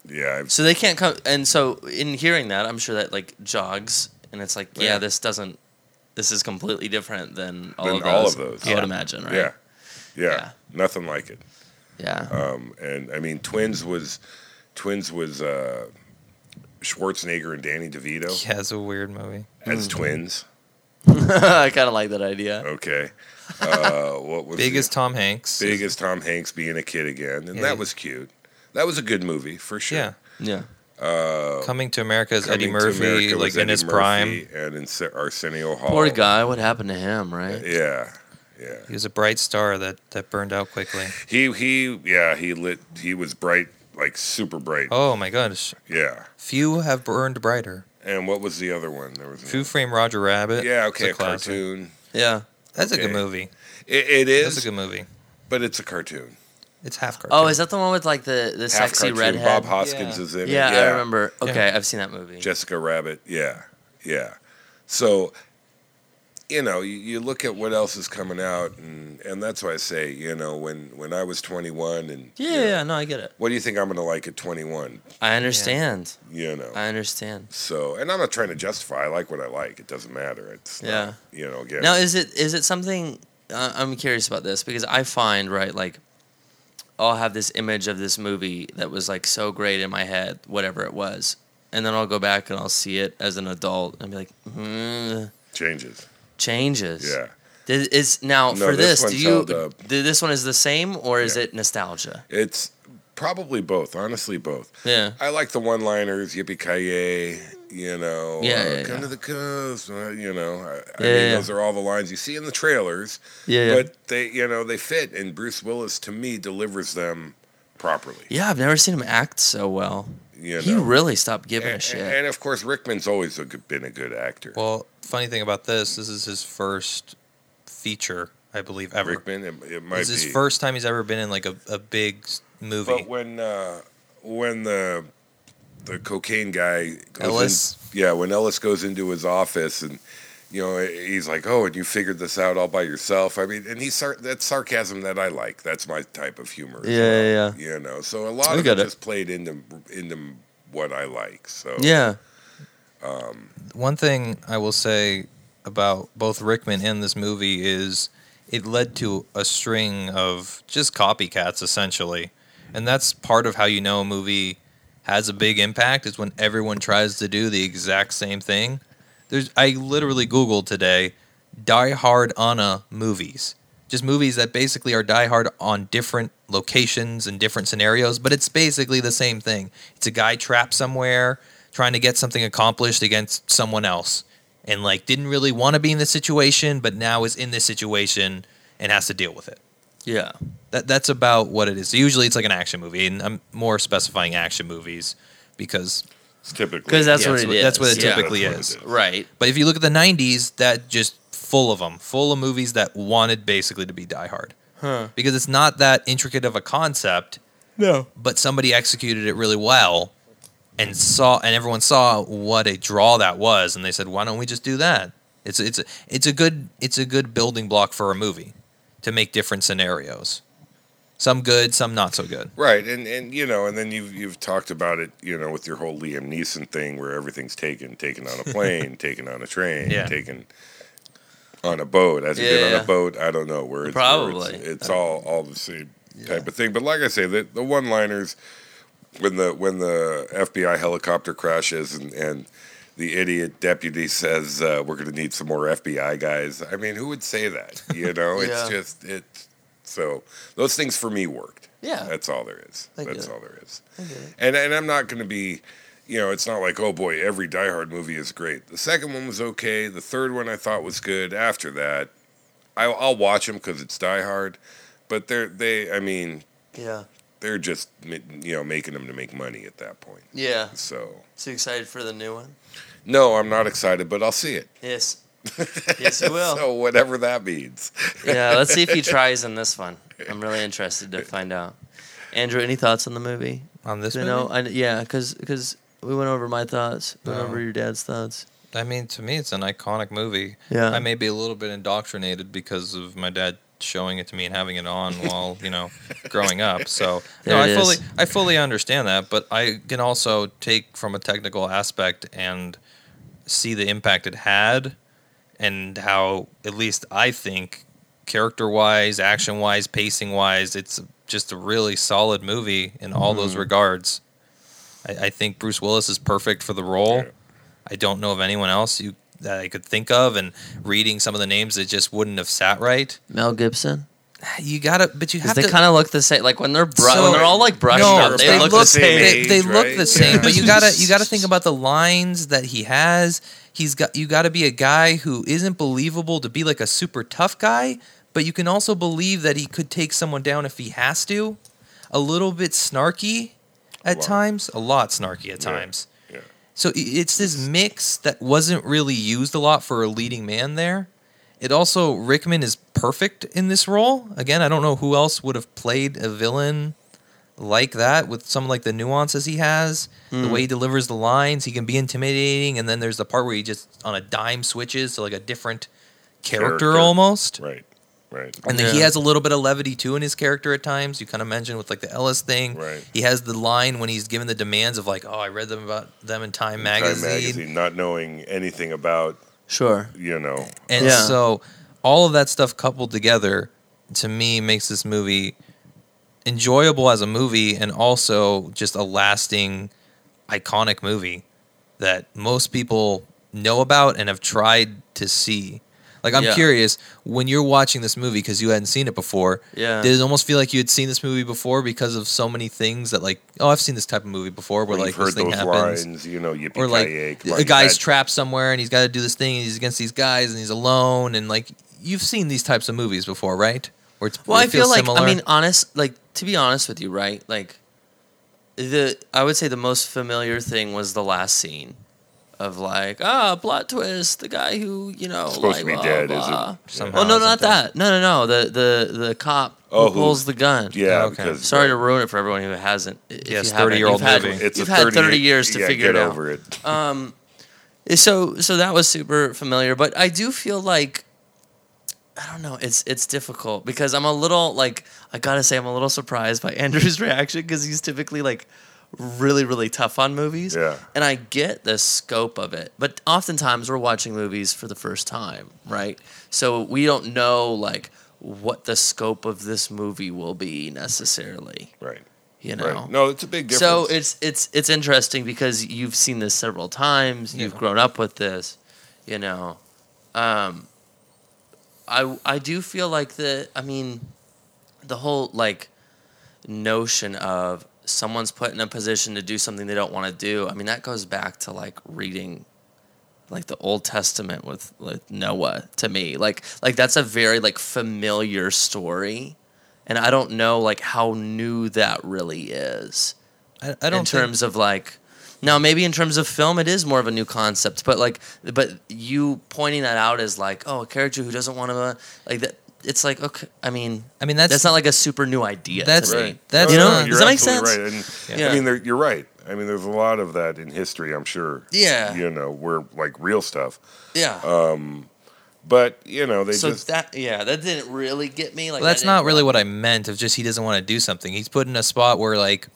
[SPEAKER 3] Yeah, I've
[SPEAKER 2] So they can't come. And so in hearing that, I'm sure that like jogs, and it's like, yeah,
[SPEAKER 3] Yeah.
[SPEAKER 2] this doesn't. This is completely different than all
[SPEAKER 3] Than
[SPEAKER 2] of those.
[SPEAKER 3] all of those.
[SPEAKER 2] I would
[SPEAKER 3] Yeah.
[SPEAKER 2] imagine, right?
[SPEAKER 3] Yeah. yeah,
[SPEAKER 2] Yeah.
[SPEAKER 3] nothing like it.
[SPEAKER 2] Yeah.
[SPEAKER 3] Um, and I mean, Twins was Twins was uh, Schwarzenegger and Danny DeVito
[SPEAKER 1] Yeah, it's a weird movie.
[SPEAKER 3] as twins. Oh.
[SPEAKER 2] I kind of like that idea.
[SPEAKER 3] Okay, uh, what was
[SPEAKER 1] Big
[SPEAKER 3] the-
[SPEAKER 1] is Tom Hanks.
[SPEAKER 3] big as Tom Hanks being a kid again, and
[SPEAKER 1] Yeah.
[SPEAKER 3] that was cute. That was a good movie for sure.
[SPEAKER 1] Yeah.
[SPEAKER 2] Yeah.
[SPEAKER 3] Uh,
[SPEAKER 1] Coming to America is
[SPEAKER 3] Coming
[SPEAKER 1] Eddie
[SPEAKER 3] to
[SPEAKER 1] Murphy,
[SPEAKER 3] America
[SPEAKER 1] like
[SPEAKER 3] was
[SPEAKER 1] in
[SPEAKER 3] Eddie
[SPEAKER 1] his
[SPEAKER 3] Murphy
[SPEAKER 1] prime.
[SPEAKER 3] and in Sa- Arsenio Hall.
[SPEAKER 2] Poor guy. What happened to him, right?
[SPEAKER 3] Oh. Yeah, yeah.
[SPEAKER 1] He was a bright star that, that burned out quickly.
[SPEAKER 3] He he yeah he lit. He was bright, like super bright.
[SPEAKER 1] Oh my gosh.
[SPEAKER 3] Yeah.
[SPEAKER 1] Few have burned brighter.
[SPEAKER 3] And what was the other one? There was
[SPEAKER 1] Few
[SPEAKER 3] another-
[SPEAKER 1] Frame Roger Rabbit.
[SPEAKER 3] Yeah,
[SPEAKER 1] It's
[SPEAKER 3] okay, a,
[SPEAKER 1] classic.
[SPEAKER 3] cartoon.
[SPEAKER 2] Yeah.
[SPEAKER 1] That's a
[SPEAKER 3] Okay.
[SPEAKER 1] good movie.
[SPEAKER 3] It, it
[SPEAKER 1] That's a
[SPEAKER 3] is,
[SPEAKER 1] good movie.
[SPEAKER 3] but it's a cartoon.
[SPEAKER 1] It's half cartoon.
[SPEAKER 2] Oh, is that the one with like the the
[SPEAKER 3] Half
[SPEAKER 2] sexy
[SPEAKER 3] cartoon.
[SPEAKER 2] redhead?
[SPEAKER 3] Bob Hoskins
[SPEAKER 1] Yeah.
[SPEAKER 3] is in
[SPEAKER 2] yeah,
[SPEAKER 3] it.
[SPEAKER 2] I remember. Okay, I've seen that movie.
[SPEAKER 3] Jessica Rabbit. Yeah, yeah. So, you know, you, you look at what else is coming out, and and that's why I say, you know, when when I was 21, and you
[SPEAKER 2] yeah,
[SPEAKER 3] know,
[SPEAKER 2] yeah, yeah, no, I get it.
[SPEAKER 3] what do you think I'm gonna like at 21?
[SPEAKER 2] I understand.
[SPEAKER 3] You know.
[SPEAKER 2] I understand.
[SPEAKER 3] so, and I'm not trying to justify. I like what I like. It doesn't matter. It's not,
[SPEAKER 2] Yeah.
[SPEAKER 3] you know, again.
[SPEAKER 2] Now, is it is it something? Uh, I'm curious about this because I find right like I'll have this image of this movie that was like so great in my head, whatever it was, and then I'll go back and I'll see it as an adult and be like, mm,
[SPEAKER 3] changes.
[SPEAKER 2] changes.
[SPEAKER 3] Yeah.
[SPEAKER 2] Th- Is now
[SPEAKER 3] No,
[SPEAKER 2] for this?
[SPEAKER 3] this
[SPEAKER 2] do
[SPEAKER 3] one's
[SPEAKER 2] you?
[SPEAKER 3] held up.
[SPEAKER 2] th- This one is the same, or is
[SPEAKER 3] Yeah.
[SPEAKER 2] it nostalgia?
[SPEAKER 3] It's probably both, honestly, both.
[SPEAKER 2] Yeah.
[SPEAKER 3] I like the one liners, yippee ki you know,
[SPEAKER 2] Yeah,
[SPEAKER 3] uh,
[SPEAKER 2] yeah,
[SPEAKER 3] come
[SPEAKER 2] yeah.
[SPEAKER 3] to the coast, uh, you know. I, I
[SPEAKER 2] Yeah,
[SPEAKER 3] mean,
[SPEAKER 2] yeah.
[SPEAKER 3] those are all the lines you see in the trailers,
[SPEAKER 2] Yeah. yeah.
[SPEAKER 3] but they, you know, they fit, and Bruce Willis, to me, delivers them properly.
[SPEAKER 2] yeah, I've never seen him act so well.
[SPEAKER 3] You know?
[SPEAKER 2] He really stopped giving
[SPEAKER 3] and,
[SPEAKER 2] a shit.
[SPEAKER 3] and of course, Rickman's always a good, been a good actor.
[SPEAKER 1] Well, funny thing about this, this is his first feature, I believe, ever.
[SPEAKER 3] Rickman, it, it might
[SPEAKER 1] This is
[SPEAKER 3] be.
[SPEAKER 1] his first time he's ever been in like a, a big s- movie.
[SPEAKER 3] But when uh, when the the cocaine guy goes
[SPEAKER 1] Ellis?
[SPEAKER 3] in, yeah, when Ellis goes into his office and you know he's like, oh, and you figured this out all by yourself. I mean, and he's sar- that's sarcasm that I like. That's my type of humor. as
[SPEAKER 2] Yeah, yeah,
[SPEAKER 3] well, You know, so a lot
[SPEAKER 2] I
[SPEAKER 3] of
[SPEAKER 2] get
[SPEAKER 3] it,
[SPEAKER 2] it.
[SPEAKER 3] just played into into what I like. So
[SPEAKER 2] yeah.
[SPEAKER 1] One thing I will say about both Rickman and this movie is it led to a string of just copycats essentially. And that's part of how you know a movie has a big impact is when everyone tries to do the exact same thing. There's I literally googled today Die Hard Anna movies. Just movies that basically are Die Hard on different locations and different scenarios, but it's basically the same thing. It's a guy trapped somewhere trying to get something accomplished against someone else and like didn't really want to be in this situation, but now is in this situation and has to deal with it.
[SPEAKER 2] Yeah.
[SPEAKER 1] That that's about what it is. Usually it's like an action movie, and I'm more specifying action movies because
[SPEAKER 3] it's typically
[SPEAKER 2] 'Cause that's
[SPEAKER 1] Yeah,
[SPEAKER 2] what
[SPEAKER 1] it's
[SPEAKER 2] it
[SPEAKER 1] what-
[SPEAKER 2] is.
[SPEAKER 1] that's what it
[SPEAKER 2] Yeah.
[SPEAKER 1] typically
[SPEAKER 3] That's what
[SPEAKER 1] is.
[SPEAKER 3] it
[SPEAKER 2] Right.
[SPEAKER 1] But if you look at the '90s, that just full of them, full of movies that wanted basically to be Die Hard,
[SPEAKER 2] Huh.
[SPEAKER 1] because it's not that intricate of a concept,
[SPEAKER 2] No.
[SPEAKER 1] but somebody executed it really well, and saw and everyone saw what a draw that was, and they said, why don't we just do that? It's it's a, it's a good it's a good building block for a movie to make different scenarios, some good, some not so good.
[SPEAKER 3] Right, and and you know, and then you've you've talked about it, you know, with your whole Liam Neeson thing, where everything's taken, taken on a plane, taken on a train,
[SPEAKER 1] Yeah.
[SPEAKER 3] taken on a boat. As it
[SPEAKER 2] Yeah,
[SPEAKER 3] been on
[SPEAKER 2] yeah.
[SPEAKER 3] a boat, I don't know where it's Where
[SPEAKER 2] Probably.
[SPEAKER 3] it's it's all all the same type of thing. But like I say, the the one liners when the when the FBI helicopter crashes and and the idiot deputy says uh, we're going to need some more FBI guys. I mean, who would say that? You know,
[SPEAKER 2] Yeah.
[SPEAKER 3] it's just it's so those things for me worked.
[SPEAKER 2] Yeah.
[SPEAKER 3] That's all there is.
[SPEAKER 2] I get
[SPEAKER 3] That's
[SPEAKER 2] it.
[SPEAKER 3] all there is.
[SPEAKER 2] I get it.
[SPEAKER 3] And and I'm not going to be, you know, it's not like oh boy, every Die Hard movie is great. The second one was okay. The third one I thought was good. After that, I, I'll watch them because it's Die Hard. But they're they, I mean,
[SPEAKER 2] Yeah.
[SPEAKER 3] they're just ma- you know making them to make money at that point.
[SPEAKER 2] Yeah.
[SPEAKER 3] So
[SPEAKER 2] So you excited for the new one?
[SPEAKER 3] no, I'm not excited, but I'll see it.
[SPEAKER 2] Yes. Yes, you will.
[SPEAKER 3] so whatever that means.
[SPEAKER 2] Yeah. Let's see if he tries in this one. I'm really interested to find out. Andrew, any thoughts on the movie?
[SPEAKER 1] On this
[SPEAKER 2] You
[SPEAKER 1] movie,
[SPEAKER 2] know, I, yeah, because we went over my thoughts, went
[SPEAKER 1] No.
[SPEAKER 2] over your dad's thoughts.
[SPEAKER 1] I mean, to me, it's an iconic movie.
[SPEAKER 2] Yeah.
[SPEAKER 1] I may be a little bit indoctrinated because of my dad showing it to me and having it on while you know growing up. So
[SPEAKER 2] There
[SPEAKER 1] no,
[SPEAKER 2] it
[SPEAKER 1] I fully
[SPEAKER 2] is.
[SPEAKER 1] I fully understand that, but I can also take from a technical aspect and see the impact it had, and how at least I think character wise, action wise, pacing wise, it's just a really solid movie in all those regards. I, I think Bruce Willis is perfect for the role.
[SPEAKER 3] Yeah.
[SPEAKER 1] I don't know of anyone else you that I could think of, and reading some of the names, it just wouldn't have sat right.
[SPEAKER 2] Mel Gibson.
[SPEAKER 1] You gotta, but you
[SPEAKER 2] 'Cause
[SPEAKER 1] have
[SPEAKER 2] they
[SPEAKER 1] to.
[SPEAKER 2] kind of look the same. Like when they're bru-
[SPEAKER 1] So-
[SPEAKER 2] when they're all like brushed
[SPEAKER 1] no,
[SPEAKER 2] up, they,
[SPEAKER 1] they
[SPEAKER 2] look, the
[SPEAKER 1] look-
[SPEAKER 2] same.
[SPEAKER 3] they-
[SPEAKER 2] age.
[SPEAKER 1] they, they
[SPEAKER 3] age,
[SPEAKER 1] look
[SPEAKER 3] right?
[SPEAKER 1] the same,
[SPEAKER 3] Yeah.
[SPEAKER 1] but you gotta you gotta think about the lines that he has. He's got you gotta be a guy who isn't believable to be like a super tough guy, but you can also believe that he could take someone down if he has to. A little bit snarky at
[SPEAKER 3] lot.
[SPEAKER 1] times, a lot snarky at
[SPEAKER 3] Yeah.
[SPEAKER 1] times.
[SPEAKER 3] Yeah.
[SPEAKER 1] So i- it's this mix that wasn't really used a lot for a leading man there. It also Rickman is perfect in this role. Again, I don't know who else would have played a villain like that with some like the nuances he has, the
[SPEAKER 3] Hmm.
[SPEAKER 1] way he delivers the lines, he can be intimidating and then there's the part where he just on a dime switches to like a different character,
[SPEAKER 3] Character.
[SPEAKER 1] almost.
[SPEAKER 3] Right. Right.
[SPEAKER 1] And then he
[SPEAKER 2] Yeah.
[SPEAKER 1] has a little bit of levity too in his character at times. You kind of mentioned with like the Ellis thing.
[SPEAKER 3] Right.
[SPEAKER 1] He has the line when he's given the demands of like, "Oh, I read them about them in Time magazine,",
[SPEAKER 3] Time magazine, not knowing anything about
[SPEAKER 2] Sure.
[SPEAKER 3] you know.
[SPEAKER 1] and
[SPEAKER 2] Yeah.
[SPEAKER 1] so all of that stuff coupled together to me makes this movie enjoyable as a movie and also just a lasting, iconic movie that most people know about and have tried to see. Like I'm
[SPEAKER 2] Yeah.
[SPEAKER 1] curious when you're watching this movie because you hadn't seen it before.
[SPEAKER 2] Yeah.
[SPEAKER 1] Did it almost feel like you had seen this movie before because of so many things that like oh I've seen this type of movie before where
[SPEAKER 3] When
[SPEAKER 1] like
[SPEAKER 3] you've
[SPEAKER 1] this
[SPEAKER 3] heard
[SPEAKER 1] thing
[SPEAKER 3] those
[SPEAKER 1] happens
[SPEAKER 3] lines, you know, yippee
[SPEAKER 1] or like
[SPEAKER 3] ki
[SPEAKER 1] a guy's trapped somewhere and he's got to do this thing and he's against these guys and he's alone and like you've seen these types of movies before right? Where it's,
[SPEAKER 2] Well,
[SPEAKER 1] it
[SPEAKER 2] I feel
[SPEAKER 1] feels
[SPEAKER 2] like
[SPEAKER 1] similar.
[SPEAKER 2] I mean, honest, like to be honest with you, right? Like the I would say the most familiar thing was the last scene of like ah plot twist, the guy who you know
[SPEAKER 3] supposed
[SPEAKER 2] like,
[SPEAKER 3] to be
[SPEAKER 2] blah,
[SPEAKER 3] dead,
[SPEAKER 2] blah.
[SPEAKER 3] is it?
[SPEAKER 1] Somehow
[SPEAKER 2] Oh no,
[SPEAKER 1] isn't
[SPEAKER 2] not
[SPEAKER 1] there?
[SPEAKER 2] that. No, no, no. The the the cop
[SPEAKER 3] Oh,
[SPEAKER 2] who
[SPEAKER 3] who-
[SPEAKER 2] pulls the gun.
[SPEAKER 3] Yeah,
[SPEAKER 1] Okay.
[SPEAKER 3] because
[SPEAKER 2] Sorry to ruin it for everyone who hasn't. If
[SPEAKER 1] Yes,
[SPEAKER 2] you haven't,
[SPEAKER 1] 30-year-old
[SPEAKER 2] you've had-
[SPEAKER 1] movie.
[SPEAKER 3] it's
[SPEAKER 2] you've
[SPEAKER 3] a
[SPEAKER 2] had
[SPEAKER 3] 30
[SPEAKER 2] thirty years to
[SPEAKER 3] yeah,
[SPEAKER 2] figure
[SPEAKER 3] get
[SPEAKER 2] it out.
[SPEAKER 3] over it.
[SPEAKER 2] Um, so so that was super familiar, but I do feel like I don't know. It's it's difficult because I'm a little like I gotta say I'm a little surprised by Andrew's reaction because he's typically like really really tough on movies.
[SPEAKER 3] Yeah.
[SPEAKER 2] and I get the scope of it, but oftentimes we're watching movies for the first time, right? So we don't know like what the scope of this movie will be necessarily.
[SPEAKER 3] right.
[SPEAKER 2] You know.
[SPEAKER 3] Right. No, it's a big difference.
[SPEAKER 2] So it's it's it's interesting because you've seen this several times. You've
[SPEAKER 1] Yeah.
[SPEAKER 2] grown up with this, you know. Um, I I do feel like the I mean, the whole like notion of someone's put in a position to do something they don't want to do. I mean, that goes back to like reading like the Old Testament with like Noah to me. Like like that's a very like familiar story. And I don't know like how new that really is
[SPEAKER 1] I, I don't
[SPEAKER 2] in
[SPEAKER 1] think-
[SPEAKER 2] terms of like now maybe in terms of film it is more of a new concept but like but you pointing that out as like oh a character who doesn't want to like that it's like okay i mean
[SPEAKER 1] I mean that's,
[SPEAKER 2] that's not like a super new idea
[SPEAKER 1] That's-
[SPEAKER 2] to me.
[SPEAKER 1] Right. that's
[SPEAKER 2] you
[SPEAKER 1] No,
[SPEAKER 2] know
[SPEAKER 1] no,
[SPEAKER 2] does
[SPEAKER 1] you're
[SPEAKER 2] that make sense
[SPEAKER 3] absolutely Right. And,
[SPEAKER 2] Yeah.
[SPEAKER 3] I mean, there- you're right. I mean, there's a lot of that in history, I'm sure.
[SPEAKER 2] Yeah.
[SPEAKER 3] You know, where like real stuff. Um,
[SPEAKER 2] yeah
[SPEAKER 3] But, you know, Uh, they
[SPEAKER 2] so
[SPEAKER 3] just.
[SPEAKER 2] that yeah that didn't really get me like
[SPEAKER 1] Well, that's
[SPEAKER 2] that didn't
[SPEAKER 1] not really
[SPEAKER 2] rock-
[SPEAKER 1] what I meant. Of just he doesn't want to do something. He's put in a spot where like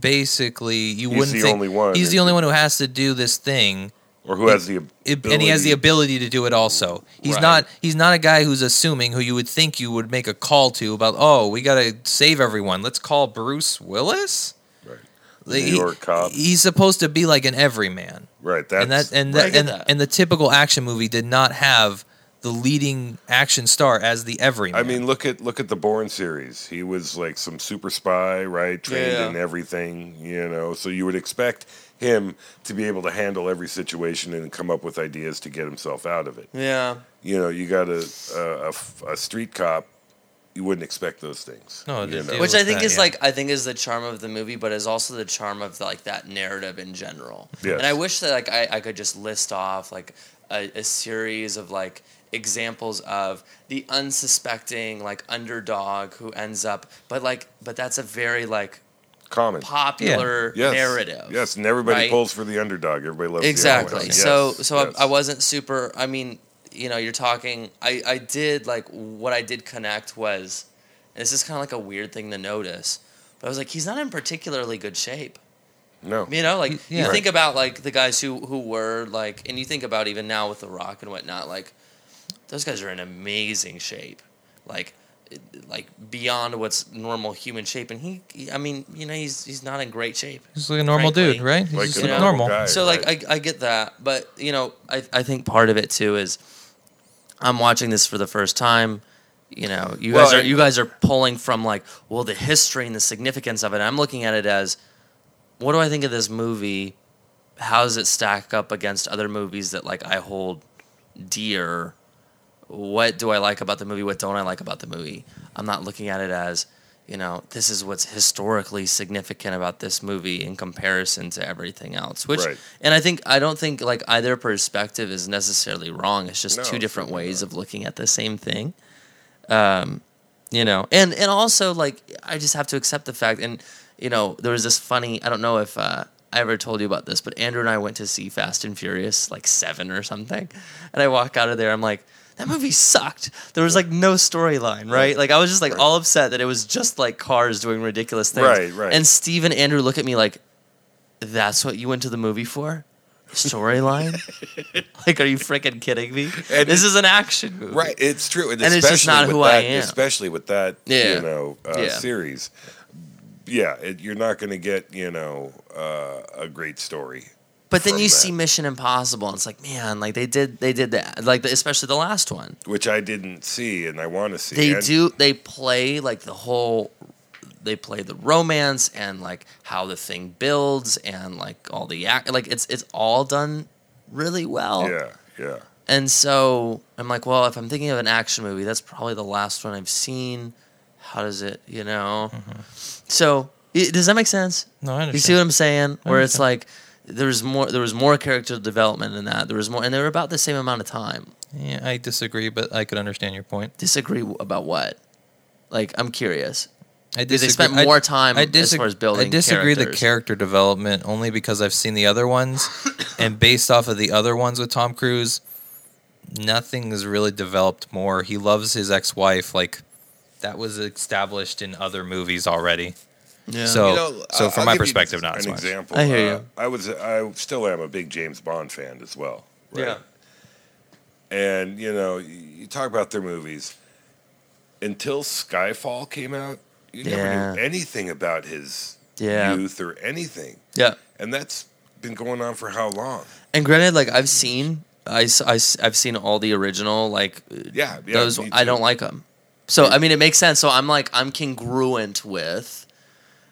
[SPEAKER 1] basically you
[SPEAKER 3] He's
[SPEAKER 1] wouldn't
[SPEAKER 3] the
[SPEAKER 1] think
[SPEAKER 3] only one.
[SPEAKER 1] he's the only one who has to do this thing.
[SPEAKER 3] or who has the
[SPEAKER 1] It, and he has the ability to do it also. He's
[SPEAKER 3] Right.
[SPEAKER 1] not he's not a guy who's assuming who you would think you would make a call to about, "Oh, we got to save everyone. Let's call Bruce Willis?"
[SPEAKER 3] Right.
[SPEAKER 1] Like,
[SPEAKER 3] New York cop.
[SPEAKER 1] He's supposed to be like an everyman.
[SPEAKER 3] Right. That's.
[SPEAKER 1] and that and
[SPEAKER 2] Right, I
[SPEAKER 1] that,
[SPEAKER 2] get
[SPEAKER 1] and,
[SPEAKER 2] that.
[SPEAKER 1] and the typical action movie did not have the leading action star as the everyman.
[SPEAKER 3] I mean, look at look at the Bourne series. He was like some super spy, right? Trained
[SPEAKER 2] Yeah.
[SPEAKER 3] in everything, you know. So you would expect him to be able to handle every situation and come up with ideas to get himself out of it.
[SPEAKER 2] yeah
[SPEAKER 3] You know, you got a a- a f- a street cop. You wouldn't expect those things.
[SPEAKER 1] No, it
[SPEAKER 3] you
[SPEAKER 1] is-
[SPEAKER 3] know?
[SPEAKER 1] it
[SPEAKER 2] which
[SPEAKER 1] was
[SPEAKER 2] i think
[SPEAKER 1] that,
[SPEAKER 2] is
[SPEAKER 1] yeah.
[SPEAKER 2] like i think is the charm of the movie but is also the charm of like that narrative in general
[SPEAKER 3] Yes.
[SPEAKER 2] and i wish that like I, I could just list off like a, a series of like examples of the unsuspecting like underdog who ends up but like but that's a very like
[SPEAKER 3] common
[SPEAKER 2] popular narrative
[SPEAKER 3] Yes, and everybody
[SPEAKER 2] right?
[SPEAKER 3] pulls for the underdog. Everybody loves The
[SPEAKER 2] exactly
[SPEAKER 3] underdog.
[SPEAKER 2] so
[SPEAKER 3] Yes,
[SPEAKER 2] so
[SPEAKER 3] yes.
[SPEAKER 2] I, I wasn't super i mean you know you're talking i i did like what i did connect was and this is kind of like a weird thing to notice but i was like he's not in particularly good shape
[SPEAKER 3] no.
[SPEAKER 2] you know like
[SPEAKER 1] Yeah.
[SPEAKER 2] you
[SPEAKER 1] Right.
[SPEAKER 2] think about like the guys who who were like and you think about even now with the rock and whatnot like those guys are in amazing shape like it- like beyond what's normal human shape and he, he- i mean you know he's he's not in great shape
[SPEAKER 1] He's like a normal
[SPEAKER 2] Frankly,
[SPEAKER 1] dude, right? He's
[SPEAKER 3] like
[SPEAKER 1] just
[SPEAKER 3] a
[SPEAKER 1] like
[SPEAKER 2] normal
[SPEAKER 1] normal.
[SPEAKER 3] guy.
[SPEAKER 2] so like I, I get that but you know I, I think part of it too is i'm watching this for the first time you know you
[SPEAKER 3] Well,
[SPEAKER 2] guys are
[SPEAKER 3] and-
[SPEAKER 2] you guys are pulling from like well the history and the significance of it i'm looking at it as what do i think of this movie how does it stack up against other movies that like i hold dear what do i like about the movie what don't i like about the movie i'm not looking at it as you know this is what's historically significant about this movie in comparison to everything else which
[SPEAKER 3] Right.
[SPEAKER 2] and i think i don't think like either perspective is necessarily wrong it's just
[SPEAKER 3] No,
[SPEAKER 2] two different
[SPEAKER 3] absolutely
[SPEAKER 2] ways
[SPEAKER 3] not.
[SPEAKER 2] of looking at the same thing you know and and also like i just have to accept the fact and you know there was this funny i don't know if uh I ever told you about this, but Andrew and I went to see Fast and Furious like seven or something, and I walk out of there. I'm like, that movie sucked. There was like no storyline, right? Like I was just like all upset that it was just like cars doing ridiculous things.
[SPEAKER 3] Right, right.
[SPEAKER 2] And Steve and Andrew look at me like, that's what you went to the movie for? Storyline? like, are you freaking kidding me?
[SPEAKER 3] And
[SPEAKER 2] this is an action movie,
[SPEAKER 3] Right, it's true, and,
[SPEAKER 2] And it's
[SPEAKER 3] especially
[SPEAKER 2] just not
[SPEAKER 3] with
[SPEAKER 2] who I
[SPEAKER 3] that,
[SPEAKER 2] am.
[SPEAKER 3] Especially with that,
[SPEAKER 2] Yeah.
[SPEAKER 3] you know, uh,
[SPEAKER 2] Yeah.
[SPEAKER 3] series. Yeah, it, you're not going to get you know uh, a great story
[SPEAKER 2] But then
[SPEAKER 3] from
[SPEAKER 2] you
[SPEAKER 3] that.
[SPEAKER 2] see Mission Impossible, and it's like, man, like they did, they did that, like the, especially the last one.
[SPEAKER 3] which I didn't see and I want to see.
[SPEAKER 2] They
[SPEAKER 3] and
[SPEAKER 2] do, they play like the whole, they play the romance and like how the thing builds and like all the act, like it's it's all done really well.
[SPEAKER 3] Yeah, yeah.
[SPEAKER 2] And so I'm like, well, if I'm thinking of an action movie, that's probably the last one I've seen. How does it, you know? So i does that make sense?
[SPEAKER 1] No, I understand.
[SPEAKER 2] You see what I'm saying? Where it's
[SPEAKER 1] understand.
[SPEAKER 2] like there was more there was more character development in that. There was more and they were about the same amount of time.
[SPEAKER 1] yeah, I disagree, but I could understand your point.
[SPEAKER 2] Disagree w- about what? Like I'm curious.
[SPEAKER 1] I
[SPEAKER 2] they spent
[SPEAKER 1] I-
[SPEAKER 2] more time
[SPEAKER 1] I
[SPEAKER 2] as far as building
[SPEAKER 1] I disagree
[SPEAKER 2] characters.
[SPEAKER 1] the character development only because I've seen the other ones, and based off of the other ones with Tom Cruise, nothing is really developed more. He loves his ex-wife like that was established in other movies already.
[SPEAKER 2] Yeah.
[SPEAKER 1] So,
[SPEAKER 3] You know,
[SPEAKER 1] so
[SPEAKER 3] I-
[SPEAKER 1] from
[SPEAKER 3] I'll
[SPEAKER 1] my
[SPEAKER 3] give you
[SPEAKER 1] perspective,
[SPEAKER 3] just
[SPEAKER 1] not as
[SPEAKER 3] an
[SPEAKER 1] much.
[SPEAKER 3] example.
[SPEAKER 2] I hear
[SPEAKER 3] Uh,
[SPEAKER 2] you.
[SPEAKER 3] I was, I still am a big James Bond fan as well. Right?
[SPEAKER 2] Yeah.
[SPEAKER 3] And you know, you you talk about their movies. Until Skyfall came out, you never knew
[SPEAKER 2] Yeah.
[SPEAKER 3] anything about his
[SPEAKER 2] Yeah.
[SPEAKER 3] youth or anything,
[SPEAKER 2] yeah.
[SPEAKER 3] and that's been going on for how long?
[SPEAKER 2] And granted, like I've seen I, have seen all the original like uh,
[SPEAKER 3] Yeah, yeah,
[SPEAKER 2] those
[SPEAKER 3] me
[SPEAKER 2] I
[SPEAKER 3] too.
[SPEAKER 2] don't like them. So I mean, it makes sense. So I'm like I'm congruent with